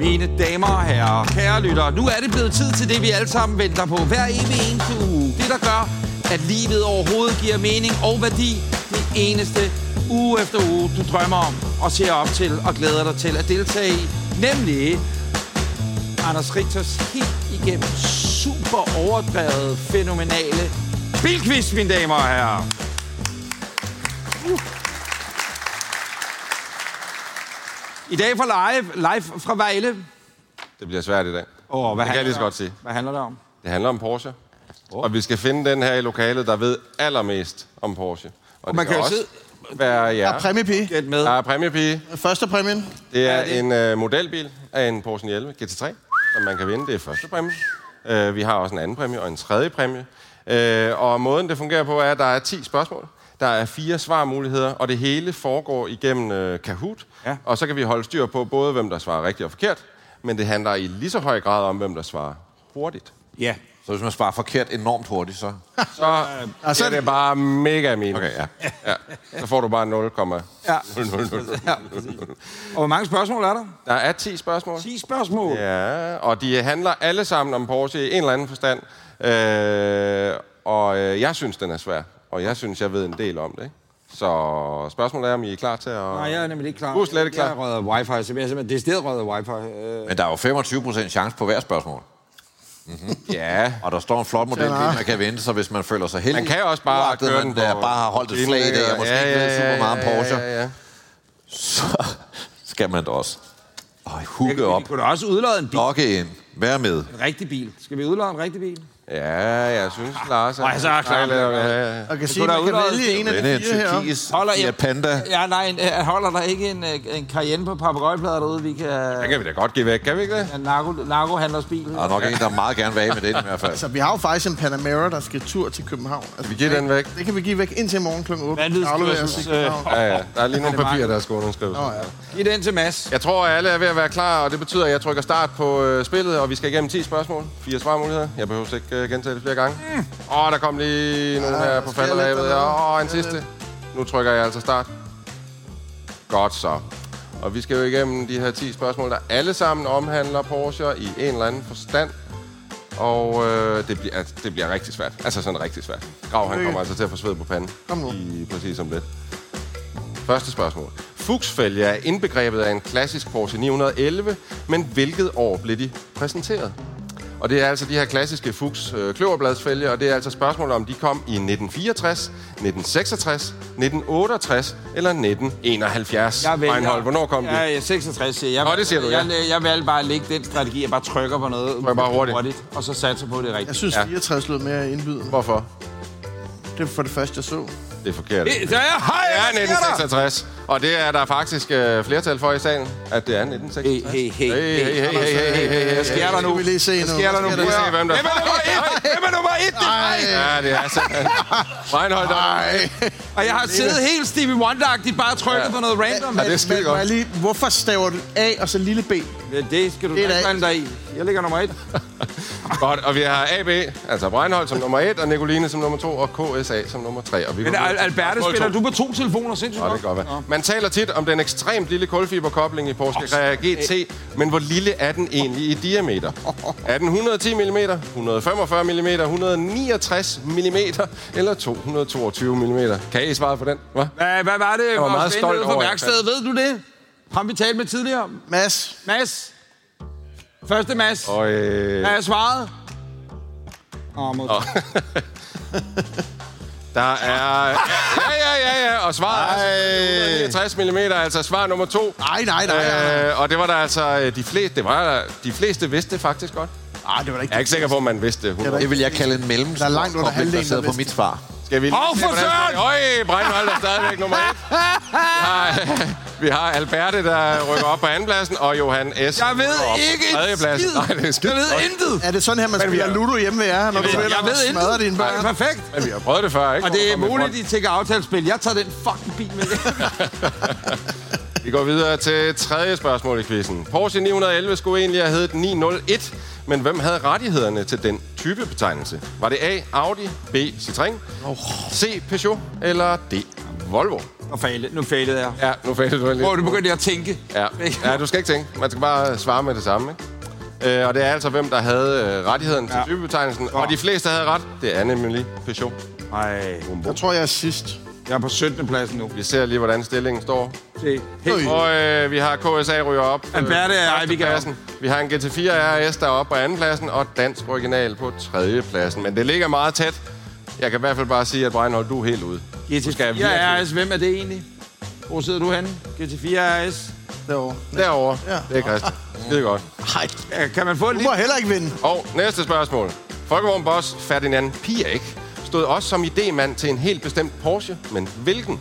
S2: Mine damer og herrer, kære lyttere, nu er det blevet tid til det, vi alle sammen venter på hver evig eneste uge. Det, der gør, at livet overhovedet giver mening og værdi, det eneste uge efter uge, du drømmer om og ser op til og glæder dig til at deltage i. Nemlig Anders Richters helt igennem super overdrevet, fænomenale bilquiz, mine damer og herrer. I dag fra live, live fra Vejle.
S4: Det bliver svært i dag.
S2: Åh, hvad
S4: det kan jeg lige
S2: handler
S4: så
S2: det om?
S4: godt sige.
S2: Hvad handler det om?
S4: Det handler om Porsche. Oh. Og vi skal finde den her i lokalet, der ved allermest om Porsche. Og, det
S5: man kan jo
S4: også
S5: sidde-
S4: være jer.
S5: Der er præmiepige.
S2: Gæt med.
S4: Der er præmiepige.
S5: Første præmien.
S4: Det er
S5: Ja, det-
S4: en øh, modelbil af en Porsche 911 GT3, som man kan vinde. Det er første præmie. Øh, vi har også en anden præmie og en tredje præmie. Øh, og måden, det fungerer på, er, at der er 10 spørgsmål. Der er fire svarmuligheder, og det hele foregår igennem øh, Kahoot. Ja. Og så kan vi holde styr på både, hvem der svarer rigtigt og forkert, men det handler i lige så høj grad om, hvem der svarer hurtigt.
S2: Ja.
S3: Så hvis man svarer forkert enormt hurtigt, så...
S4: Så øh, så er det bare mega minus.
S3: Okay, ja.
S4: ja. Så får du bare 0, (laughs)
S2: Ja.
S4: ja.
S2: Og hvor mange spørgsmål er der?
S4: Der er 10 spørgsmål.
S2: 10 spørgsmål?
S4: Ja, og de handler alle sammen om Porsche i en eller anden forstand. Øh, og øh, jeg synes, den er svær. Og jeg synes, jeg ved en del om det. Ikke? Så spørgsmålet er, om I er klar til at...
S2: Nej, jeg er nemlig ikke klar.
S4: Du er slet ikke klar.
S2: Jeg rødder wifi, så jeg er simpelthen decideret rødder wifi. Øh,
S3: Men der er jo 25 procent chance på hver spørgsmål. Mm-hmm.
S4: Ja.
S3: Og der står en flot model,
S4: Fair nok.
S3: man kan vente sig, hvis man føler sig heldig.
S4: Man kan også bare
S3: Uagtet
S4: køre
S3: man
S4: den
S3: der
S4: på-
S3: bare har holdt et slag i dag, og måske
S4: Ja,
S3: ikke
S4: ja,
S3: ved super
S4: ja,
S3: meget om
S4: ja,
S3: Porsche.
S4: ja, ja.
S3: Så skal man da også. Og hugge op.
S2: Kunne du også udlade en bil?
S3: Lokke ind. Vær med.
S2: en rigtig bil. Skal vi udlade en rigtig bil?
S4: Ja, jeg synes, Lars...
S2: Nej, så er jeg klar.
S4: Ja, ja, ja.
S5: Og
S2: Det
S5: kan sige,
S2: kunne
S5: man
S2: da
S5: kan
S2: udløse-
S5: vælge en af
S3: Denne
S5: de fire
S3: Tyrkisk
S5: her.
S2: Holder jeg-
S3: Fiat Panda.
S2: Ja, nej, en, øh, holder der ikke en, øh, en Cayenne på papagøjplader derude, vi kan...
S4: Den kan vi da godt give væk, kan vi ikke det?
S2: En narko, narkohandlers bil.
S3: Der er nok en, der meget gerne vil af med den i hvert fald.
S5: Altså, vi har jo faktisk en Panamera, der skal tur til København. Altså,
S4: (laughs) vi giver den væk?
S5: Det kan vi give væk indtil i morgen kl. 8.
S4: Vanvidskørsels, øh, ja, ja. Der er lige nogle papirer, der skal underskrives.
S5: Nå, ja.
S2: Giv den til Mads.
S4: Jeg tror, at alle er ved at være klar, og det betyder, at jeg trykker start på øh, spillet, og vi skal igennem 10 spørgsmål. Fire svarmuligheder. Jeg behøver ikke øh, gentage det flere gange. Åh, oh, der kom lige nogle
S5: Ja,
S4: her
S5: der
S4: på
S5: sker lidt
S4: falderlæbet.
S5: dernede.
S4: Åh, oh, en
S5: Der sker
S4: sidste. Nu trykker jeg altså start. Godt så. Og vi skal jo igennem de her 10 spørgsmål, der alle sammen omhandler Porsche i en eller anden forstand. Og øh, det, bliver, altså, det bliver rigtig svært. Altså sådan rigtig svært. Grav, han
S5: Lykke.
S4: kommer altså til at få sved på panden.
S5: Kom nu.
S4: I, præcis om lidt. Første spørgsmål. Fuchsfælge er indbegrebet af en klassisk Porsche 911, men hvilket år blev de præsenteret? Og det er altså de her klassiske Fuchs øh, kløverbladsfælge, og det er altså spørgsmålet, om de kom i 1964, 1966, 1968 eller 1971.
S2: Jeg vælger...
S4: Reinhold, hvornår kom de?
S2: Ja, ja, 66 siger jeg.
S4: Nå, det siger du, ja.
S2: jeg, jeg, jeg valgte bare at lægge den strategi, jeg bare trykker på noget
S4: Tryk bare hurtigt.
S2: og så satser på at det er rigtigt.
S5: Jeg synes,
S4: Ja.
S5: 64 lød mere indbydende.
S4: Hvorfor?
S5: Det var for det første, jeg så.
S4: Det er forkert.
S2: Det- der er- hej,
S4: det
S2: hvad
S4: er
S2: sker der?
S4: 1966. Og det er der faktisk øh, flertal for i salen, at det er 1966.
S2: Hey, hey, hey,
S4: hey, hey, hey, hey, hey, hey, hey.
S2: Hvad sker der nu?
S5: Det vil vi lige se
S2: Hvad
S5: nu.
S2: sker der nu?
S5: Hvad
S2: Prøv
S4: sker der?
S2: at-
S4: Se, hvem der-
S2: Hvem er nummer et? Hvem er nummer et? Det er mig!
S4: Ja, det er simpelthen. Reinhold, der
S2: Og jeg har siddet helt Stevie Wonder-agtigt bare trykket
S4: Ja.
S2: på noget random.
S4: Ja, det er
S5: Men
S4: skide
S5: må
S4: godt.
S5: jeg lige, hvorfor staver du A og så lille B?
S2: Men Det skal du
S5: Det er
S2: ikke
S5: da-
S2: blande dig i. Jeg ligger nummer et.
S4: Godt, og vi har AB, altså Breinholt som nummer 1, og Nicoline som nummer 2, og KSA som nummer 3. Og vi
S2: Men
S4: går
S2: Al-
S4: videre til
S2: Alberte,
S4: spørgsmål
S2: spiller
S4: to.
S2: du på to telefoner sindssygt
S4: Nå, det
S2: nok?
S4: kan godt være.
S2: Nå.
S4: Man taler tit om den ekstremt lille kulfiberkobling i Porsche Carrera GT, men hvor lille er den egentlig i diameter? Er den 110 mm, 145 mm, 169 mm eller 222 mm? Kan I svare på den? Hva?
S2: Hvad, hvad var det? Jeg
S4: var meget stolt
S2: over.
S4: over,
S2: værkstedet, ved du det? Ham vi talte med tidligere.
S5: Mads,
S2: Mads. Første Mads.
S4: Og, øh,
S2: Hvad er svaret? Åh, mod.
S4: der er... Ja, ja, ja, ja, og svaret er 60 mm, altså svar nummer to.
S5: Ej, nej, nej. nej.
S4: Øh, og det var der altså øh, de fleste, det var der, de fleste vidste det faktisk godt.
S5: Ej, det var da ikke
S4: Jeg er ikke sikker på, om man vidste det. 100.
S3: Det vil jeg kalde en mellemstor
S5: Der er langt under
S3: kobling,
S5: halvdelen,
S3: baseret
S5: der
S3: på mit svar.
S4: Skal vi lige
S2: Åh,
S4: se,
S2: for
S4: hvordan-
S2: søren!
S4: Øj, Breinholt er stadigvæk nummer et. Vi har, øh, Vi har Alberte, der rykker op på andenpladsen, og Johan S. Jeg
S2: ved
S5: ikke en
S4: tredjepladsen.
S5: skid.
S4: Nej, det er skidt.
S5: Er det sådan her, man
S4: Men vi
S5: spiller
S4: er-
S5: ludo hjemme ved jer, når
S4: Jeg
S5: du
S4: ved-
S5: spiller
S4: jeg ved
S5: og smadrer dine børn?
S2: Perfekt.
S4: Men vi har prøvet det før, ikke?
S2: Og det er
S4: Hvor vi kom i
S2: muligt, de tænker aftalespil. Jeg tager den fucking bil med.
S4: front. Vi går videre til tredje spørgsmål i quizzen. Porsche 911 skulle egentlig have heddet 901, men hvem havde rettighederne til den type betegnelse? Var det A. Audi, B. Citroën, C. Peugeot eller D. Volvo?
S2: (laughs) Og failede. Nu failede jeg.
S4: Ja, nu failede du lidt.
S2: Hvor du begyndte jeg at tænke.
S4: Ja. ja, du skal ikke tænke. Man skal bare øh, svare med det samme, ikke? Øh, og det er altså, hvem der havde øh, rettigheden til
S2: Ja.
S4: typebetegnelsen. Og de fleste havde ret. Det er nemlig Peugeot.
S2: Nej.
S5: Jeg tror, jeg er sidst.
S2: Jeg er på 17. pladsen nu.
S4: Vi ser lige, hvordan stillingen står.
S2: Se. Helt.
S4: Og øh, vi har KSA ryger op. øh,
S2: Alberte og jeg, vi kan
S4: pladsen. Vi har en GT4 RS, der er oppe på andenpladsen, og Dansk Original på tredjepladsen. Men det ligger meget tæt. Jeg kan i hvert fald bare sige, at Breinholt, du er helt ude.
S2: GT4
S4: skal jeg virkelig-
S2: RS, hvem er det egentlig? Hvor sidder du henne? GT4 RS.
S5: Derovre.
S4: Derovre.
S5: Ja.
S4: Det er Christian. Skide godt.
S5: Nej,
S2: Ja, Kan man få en
S5: du
S2: lille...
S5: må heller ikke vinde.
S4: Og næste spørgsmål. Folkevogn boss Ferdinand Piak stod også som idémand til en helt bestemt Porsche, men hvilken?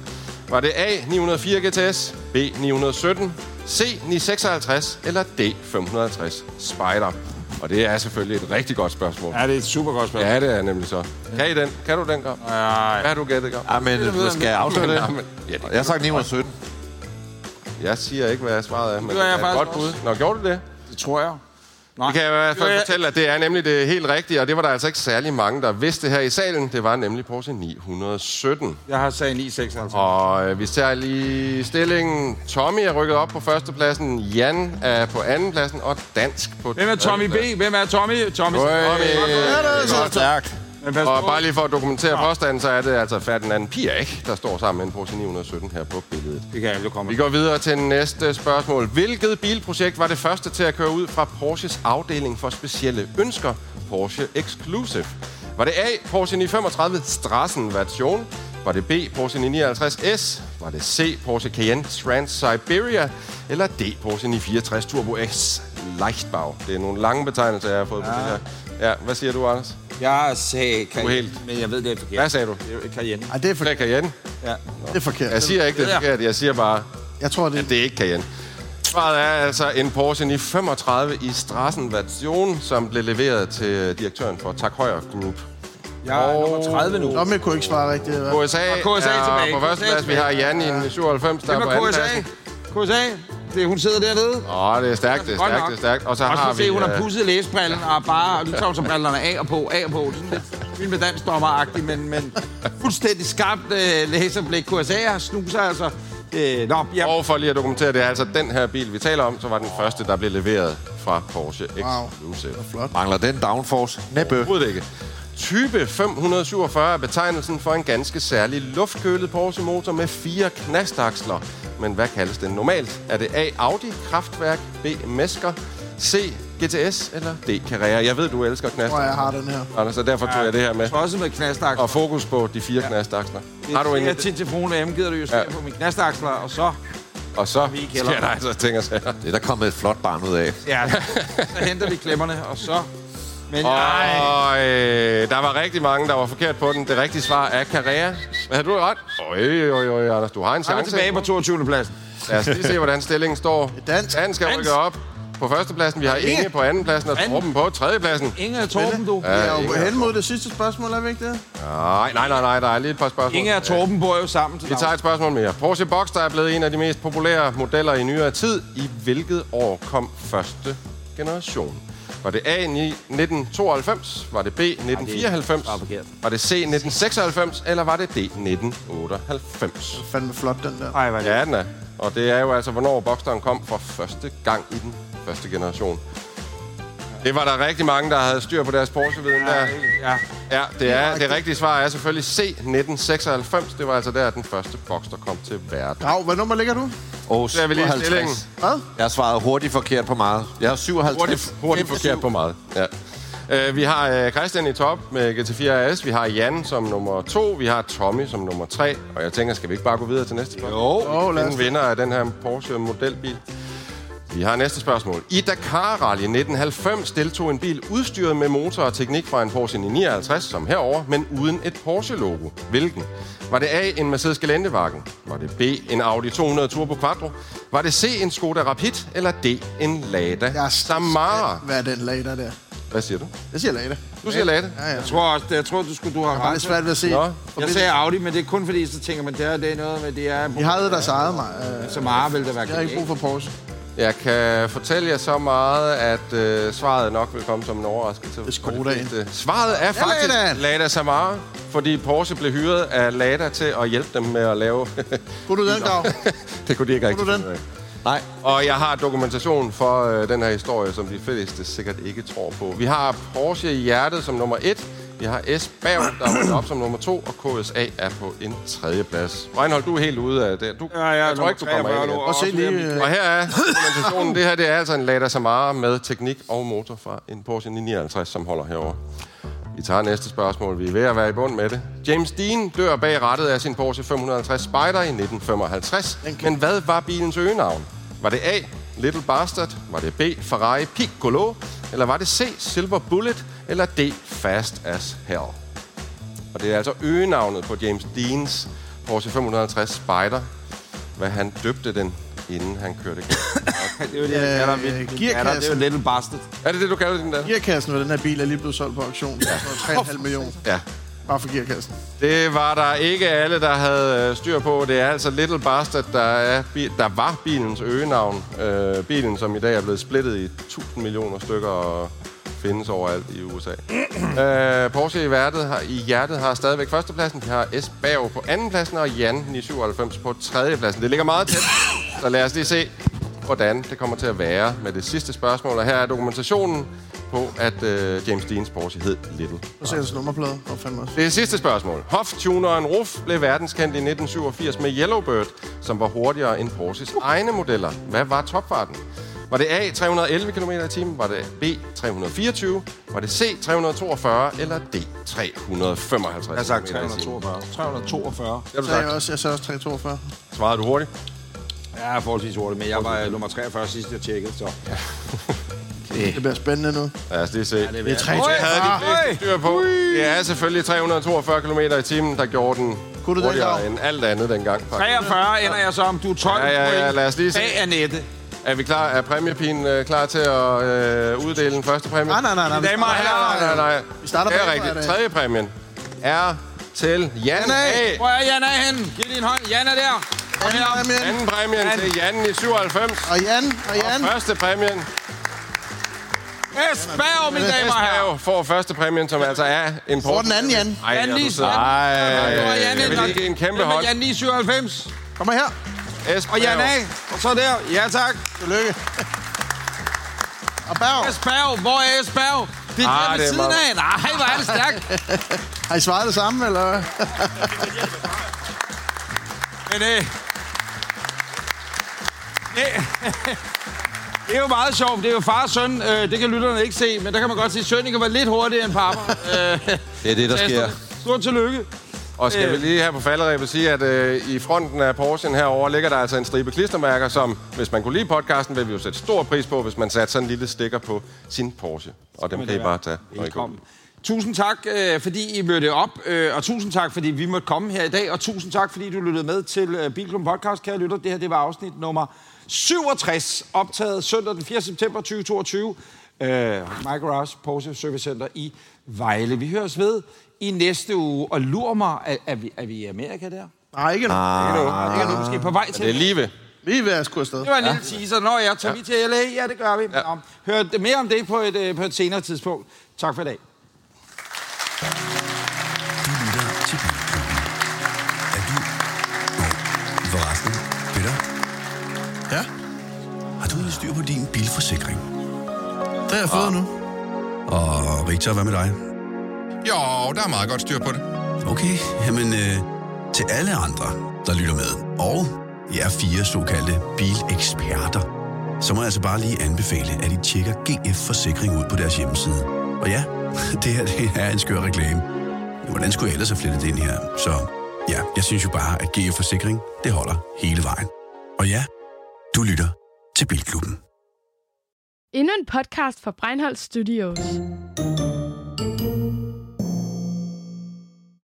S4: Var det A 904 GTS, B 917, C 956 eller D 550 Spider? Og det er selvfølgelig et rigtig godt spørgsmål.
S2: Ja, det er et super godt spørgsmål.
S4: Ja, det er nemlig så. Kan I den? Kan du den, Grav? Hvad
S2: Nej.
S4: har du gættet, Grav?
S3: Ja, men du skal jeg afsløre det.
S4: Ja, men- ja, det-
S3: Jeg har sagt 917.
S4: Jeg siger ikke, hvad svaret er, men
S2: Det
S4: det
S2: gør jeg
S4: er et
S2: faktisk
S4: godt bud.
S2: også.
S4: Nå, gjorde du det?
S2: Det tror jeg. Nej.
S4: Vi kan i hvert
S2: Det var
S4: fald
S2: jeg-
S4: fortælle, at det er nemlig det helt rigtige, og det var der altså ikke særlig mange, der vidste her i salen. Det var nemlig Porsche 917.
S2: Jeg har sagt 956.
S4: Og øh, vi ser lige stillingen. Tommy er rykket op på førstepladsen, Jan er på andenpladsen, og Dansk på
S2: Hvem er Tommy B? Hvem er Tommy? Tommy.
S4: Tommy.
S3: Stærkt.
S2: Men pas
S4: Og
S2: på.
S4: bare lige for at dokumentere påstanden, så er det altså Ferdinand Piak, der står sammen med en Porsche 917 her på billedet.
S2: Det kan jeg jo komme.
S4: Vi går videre til næste spørgsmål. Hvilket bilprojekt var det første til at køre ud fra Porsches afdeling for specielle ønsker? Porsche Exclusive. Var det A. Porsche 935 Strassen version? Var det B. Porsche 959 S? Var det C. Porsche Cayenne Trans Siberia? Eller D. Porsche 964 Turbo X Leichtbau? Det er nogle lange betegnelser, jeg har fået ja. på det her. Ja, hvad siger du, Anders?
S2: Jeg sagde Cayenne,
S4: Helt.
S2: men jeg ved, det er forkert.
S4: Hvad sagde du?
S2: Det er jo Cayenne.
S5: Ej, det er, for,
S4: Det er Cayenne.
S2: Ja.
S5: det er forkert.
S4: Jeg siger ikke, det er forkert. Jeg siger bare,
S5: Jeg tror, det er
S4: at Altså- det ikke kan igen. Svaret er altså en Porsche 935 i Strassen version, som blev leveret til direktøren for Tak Højer Group.
S2: Jeg er nummer 30 nu.
S5: Nå, men jeg kunne ikke svare rigtigt. eller hvad?
S4: KSA,
S2: Og KSA
S4: er
S2: tilbage.
S4: på første
S2: KSA
S4: plads. Vi har Jan i 97, der
S2: Hvem
S4: er på
S2: er
S4: anden
S2: KSA?
S4: plads.
S2: KSA? Det, er- hun sidder dernede.
S4: Åh, det er stærkt, det er
S2: Godt
S4: stærkt,
S2: nok.
S4: det er stærkt. Og så
S2: Også
S4: har
S2: for at
S4: vi...
S2: se, hun har
S4: øh,
S2: pudset læsebrillen og bare lysovserbrillerne af og på, af og på. Sådan lidt vild med dansdommer men, men fuldstændig skarpt øh, læserblik. KSA snuser altså. Øh, nå, ja.
S4: Og for lige at dokumentere, det er altså den her bil, vi taler om, så var den første, der blev leveret fra Porsche Exclusive. Wow.
S5: Flot.
S3: Mangler den downforce? Næppe.
S4: Overhovedet ikke. Type 547 er betegnelsen for en ganske særlig luftkølet Porsche-motor med fire knastaksler. Men hvad kaldes den normalt? Er det A. Audi, Kraftværk, B. Mesker, C. GTS eller D. Carrera? Jeg ved, du elsker
S5: Jeg tror, jeg
S4: knastaksler,
S5: har den her.
S4: Anders, så derfor tog jeg det her med.
S2: Også med knastak.
S4: Og fokus på de fire knastaksler. Har du en?
S2: Jeg til telefonen, M gider du justere
S4: Ja.
S2: på min knastaksler, og så...
S4: Og så
S2: Vi
S4: sker
S2: kælder.
S4: der altså ting og sager.
S3: Det er der kommet et flot barn ud af.
S2: Ja, så henter vi klemmerne, og så... Men nej,
S4: Og øh, der var rigtig mange, der var forkert på den. Det rigtige svar er Carrera. Men har du ret? Øj, øj, øj, Anders, du har en
S2: så er vi
S4: chance.
S2: tilbage på 22. pladsen.
S4: Lad os lige se, hvordan stillingen står.
S5: Dansk.
S4: Dansk er rykket op på førstepladsen. Vi har Inge på andenpladsen og
S2: Anden.
S4: Torben på tredjepladsen.
S2: Inger og Torben, du.
S5: Vi er
S4: Inger.
S5: jo hen mod det sidste spørgsmål, er vi ikke det?
S4: Nej, nej, nej, nej. Der er lige et par spørgsmål.
S2: Inger og Torben bor jo sammen til
S4: Vi tager et spørgsmål mere. Porsche Boxster er blevet en af de mest populære modeller i nyere tid. I hvilket år kom første generation? Var det A 1992? Var det B 1994?
S2: svaret forkert.
S4: Var det C 1996? Eller var det D 1998?
S5: Fandme flot, den der.
S2: Nej, hvad er det?
S4: Ja, den er. Og det er jo altså, hvornår Boxsteren kom for første gang i den første generation. Det var der rigtig mange, der havde styr på deres Porsche-viden der.
S2: Ja.
S4: Ja, det, er, det rigtige svar er selvfølgelig C. 1996. Det var altså der, den første Boxster kom til verden.
S5: Grav, hvad nummer ligger du?
S3: Og
S4: Så er vi lige i
S3: 57.
S4: stillingen.
S5: Hvad?
S3: Jeg har svaret hurtigt forkert på meget. Jeg har 57.
S4: Hurtigt, hurtigt forkert på meget. Ja. Øh, vi har øh, Christian i top med GT4RS. Vi har Jan som nummer to. Vi har Tommy som nummer tre. Og jeg tænker, skal vi ikke bare gå videre til næste spørgsmål?
S2: Jo.
S5: Åh, oh, lad os.
S4: Den vinder af den her Porsche modelbil. Vi har næste spørgsmål. I Dakar Rally 1990 deltog en bil udstyret med motor og teknik fra en Porsche 959, som herover, men uden et Porsche-logo. Hvilken? Var det A, en Mercedes Geländewagen? Var det B, en Audi 200 Turbo Quattro? Var det C, en Skoda Rapid? Eller D, en Lada Jeg Samara?
S5: Hvad er den lader der?
S4: Hvad siger du?
S5: Jeg siger lader.
S4: Du siger Lada?
S5: Ja, ja.
S2: Jeg tror også, det- jeg tror, du skulle du har
S5: bare lidt svært ved at se.
S2: Nå,
S5: Forbi-
S2: jeg sagde Audi, men det er kun fordi, så tænker man, det er, det er noget med, det er...
S5: De havde deres eget, mig.
S2: Så meget vil det være
S5: Jeg har ikke brug for Porsche.
S4: Jeg kan fortælle jer så meget, at øh, svaret nok vil komme som en overraskelse. Det er Svaret er faktisk
S5: Lada!
S4: Lada Samara, fordi Porsche blev hyret af Lada til at hjælpe dem med at lave... (laughs)
S5: Kunne du den, Dag?
S4: det kunne de ikke rigtig
S5: Kunne du den?
S4: finde ud af. Nej. Og jeg har dokumentation for øh, den her historie, som de fleste sikkert ikke tror på. Vi har Porsche i hjertet som nummer et. Vi har S. Bav, der er rykket op som nummer to, og KSA er på en tredje plads. Reinhold, du er helt ude af det. Du, ja, ja, jeg tror ikke, du
S2: nummer
S4: kommer af.
S2: tre,
S4: igen.
S2: og Og se også lige, mere
S5: øh,
S2: om mit-
S4: Og her er dokumentationen. Det her det er altså en Lada Samara med teknik og motor fra en Porsche 959, som holder herover. Vi tager næste spørgsmål. Vi er ved at være i bund med det. James Dean dør bag rattet af sin Porsche 550 Spyder i 1955. Men hvad var bilens øgenavn? Var det A. Little Bastard? Var det B. Ferrari Piccolo? Eller var det C. Silver Bullet? Eller D. Fast as Hell? Og det er altså øgenavnet på James Deans Porsche 550 Spyder. Hvad han døbte den, inden han kørte
S2: Det er jo det,
S5: Øh,
S2: jeg kalder min- min datter, det er jo lidt en bastard.
S4: Er det det, du kalder den der?
S5: Gearkassen ved den her bil er lige blevet solgt på auktion for 3,5 millioner.
S4: Ja.
S5: Bare for gearkassen.
S4: Det var der ikke alle, der havde øh, styr på. Det er altså Little Bastard, der, er, bi- der var bilens øgenavn. Øh, bilen, som i dag er blevet splittet i 1000 millioner stykker og findes overalt i USA. (clears throat) øh, Porsche i, hjertet har, i hjertet har stadigvæk førstepladsen. De har S. Bav på andenpladsen og Jan 97 på tredjepladsen. Det ligger meget tæt, så lad os lige se, hvordan det kommer til at være med det sidste spørgsmål. Og her er dokumentationen på, at øh, James Deans Porsche hed Little
S5: Og så er hans nummerplade. Hvor fanden også.
S4: det er sidste spørgsmål. Hoftuneren Ruf blev verdenskendt i 1987 med Yellowbird, som var hurtigere end Porsches egne modeller. Hvad var topfarten? Var det A, 311 km i timen? Var det B, 324? Var det C, 342? Eller D, 355
S2: Jeg har sagt
S4: kilometer i timen?
S2: 342. 342.
S4: Det har du
S5: Så er jeg,
S4: sagt.
S5: også, jeg sagde også 342.
S4: Svarede du hurtigt?
S2: Ja, forholdsvis hurtigt, men jeg var øh, nummer 43 sidst, jeg tjekkede, så... Ja.
S5: Det bliver spændende nu.
S4: Lad os lige se. Ja,
S2: det
S5: Det er tre-
S4: Det havde de fleste styr på. Det er selvfølgelig 342 km i timen, der gjorde den
S5: Kunne du det
S4: hurtigere
S5: dengang?
S4: end alt andet dengang. Faktisk.
S2: 43 ender jeg så om. Du er 12
S4: Ja, ja, ja,
S2: point
S4: lad os lige se.
S2: bag Annette.
S4: Er vi klar? Er præmiepinen øh, klar til at øh, uddele den første præmie?
S5: Nej, nej, nej, nej. Vi
S2: Damer og herrer.
S4: Nej, nej, nej.
S5: Vi starter
S4: det er
S5: bagfra i
S4: rigtigt.
S5: dag.
S4: Tredje præmien er til Jan
S2: Jan
S4: A.
S2: A. Hvor er Jan A henne? Giv din hånd. Jan er der. Kom her.
S5: Anden præmien.
S4: Anden præmien
S2: Jan.
S4: til Jan i 97.
S5: Og Jan, og Jan.
S4: Første præmien.
S2: Esbjerg, mine damer og herrer.
S4: Esbjerg får første præmien, som altså er en port.
S5: Hvor er den anden, Jan?
S4: Ej,
S2: Jan
S4: er du
S2: Lis.
S4: sød. Ej,
S2: Hvor er Jan
S4: jeg vil
S2: henne?
S4: lige give en kæmpe
S2: Hvem er
S4: hånd.
S2: Jan 997.
S5: Kom her.
S4: Esbjerg.
S2: Og Jan A. Og så der. Ja, tak.
S5: Tillykke. Og Berg,
S2: Esbjerg. Hvor er Esbjerg? Det er
S4: Ah,
S2: der ved
S4: det er
S2: siden
S4: meget-
S2: af. Nej, hvor er det stærkt.
S5: har I svaret det samme, eller? (laughs)
S2: Men øh, det, det er jo meget sjovt. Det er jo far og søn. Øh, det kan lytterne ikke se, men der kan man godt se, at sønnen kan være lidt hurtigere end pappa.
S4: (laughs)
S2: Øh,
S3: Det er det, der sker.
S2: Stort tillykke.
S4: Og skal
S2: Øh.
S4: vi lige her på falderæbet sige, at øh, i fronten af Porsche'en herover ligger der altså en stribe klistermærker, som, hvis man kunne lide podcasten, vil vi jo sætte stor pris på, hvis man satte sådan en lille stikker på sin Porsche. Og dem kan I bare tage. når I
S2: Velkommen. Tusind tak, øh, fordi I mødte op, øh, og tusind tak, fordi vi måtte komme her i dag, og tusind tak, fordi du lyttede med til øh, Bilklubben Podcast, kære lytter. Det her det var afsnit nummer 67, optaget søndag den 4. september 2022. Øh, Michael Ross, Porsche Service Center i Vejle. Vi høres ved i næste uge, og lur mig, er, er, vi, er vi i Amerika der?
S5: Nej, ikke nu.
S2: Ah, det er du måske på vej
S4: Det er
S2: til.
S4: lige ved.
S5: Vi er ved at skulle afsted.
S2: Det var en lille teaser. Nå ja, tager vi til LA? Ja, det gør vi. Ja. Hør mere om det på et, øh, på et senere tidspunkt. Tak for i dag.
S1: Du lytter til Bilklubben. Er du... Nej, forresten, Peter,
S5: Ja,
S1: har du egentlig styr på din bilforsikring?
S5: det har jeg fået nu.
S1: Og Richard, hvad med dig?
S12: Jo, der er meget godt styr på det.
S1: Okay, jamen øh, til alle andre, der lytter med, og jer fire såkaldte bileksperter, så må jeg altså bare lige anbefale, at I tjekker GF Forsikring ud på deres hjemmeside. Og ja, (laughs) det her det er en skør reklame. Men hvordan skulle jeg ellers have flettet det ind her? Så ja, jeg synes jo bare, at GF Forsikring, det holder hele vejen. Og ja, du lytter til Bilklubben.
S6: Endnu en podcast fra Breinholt Studios.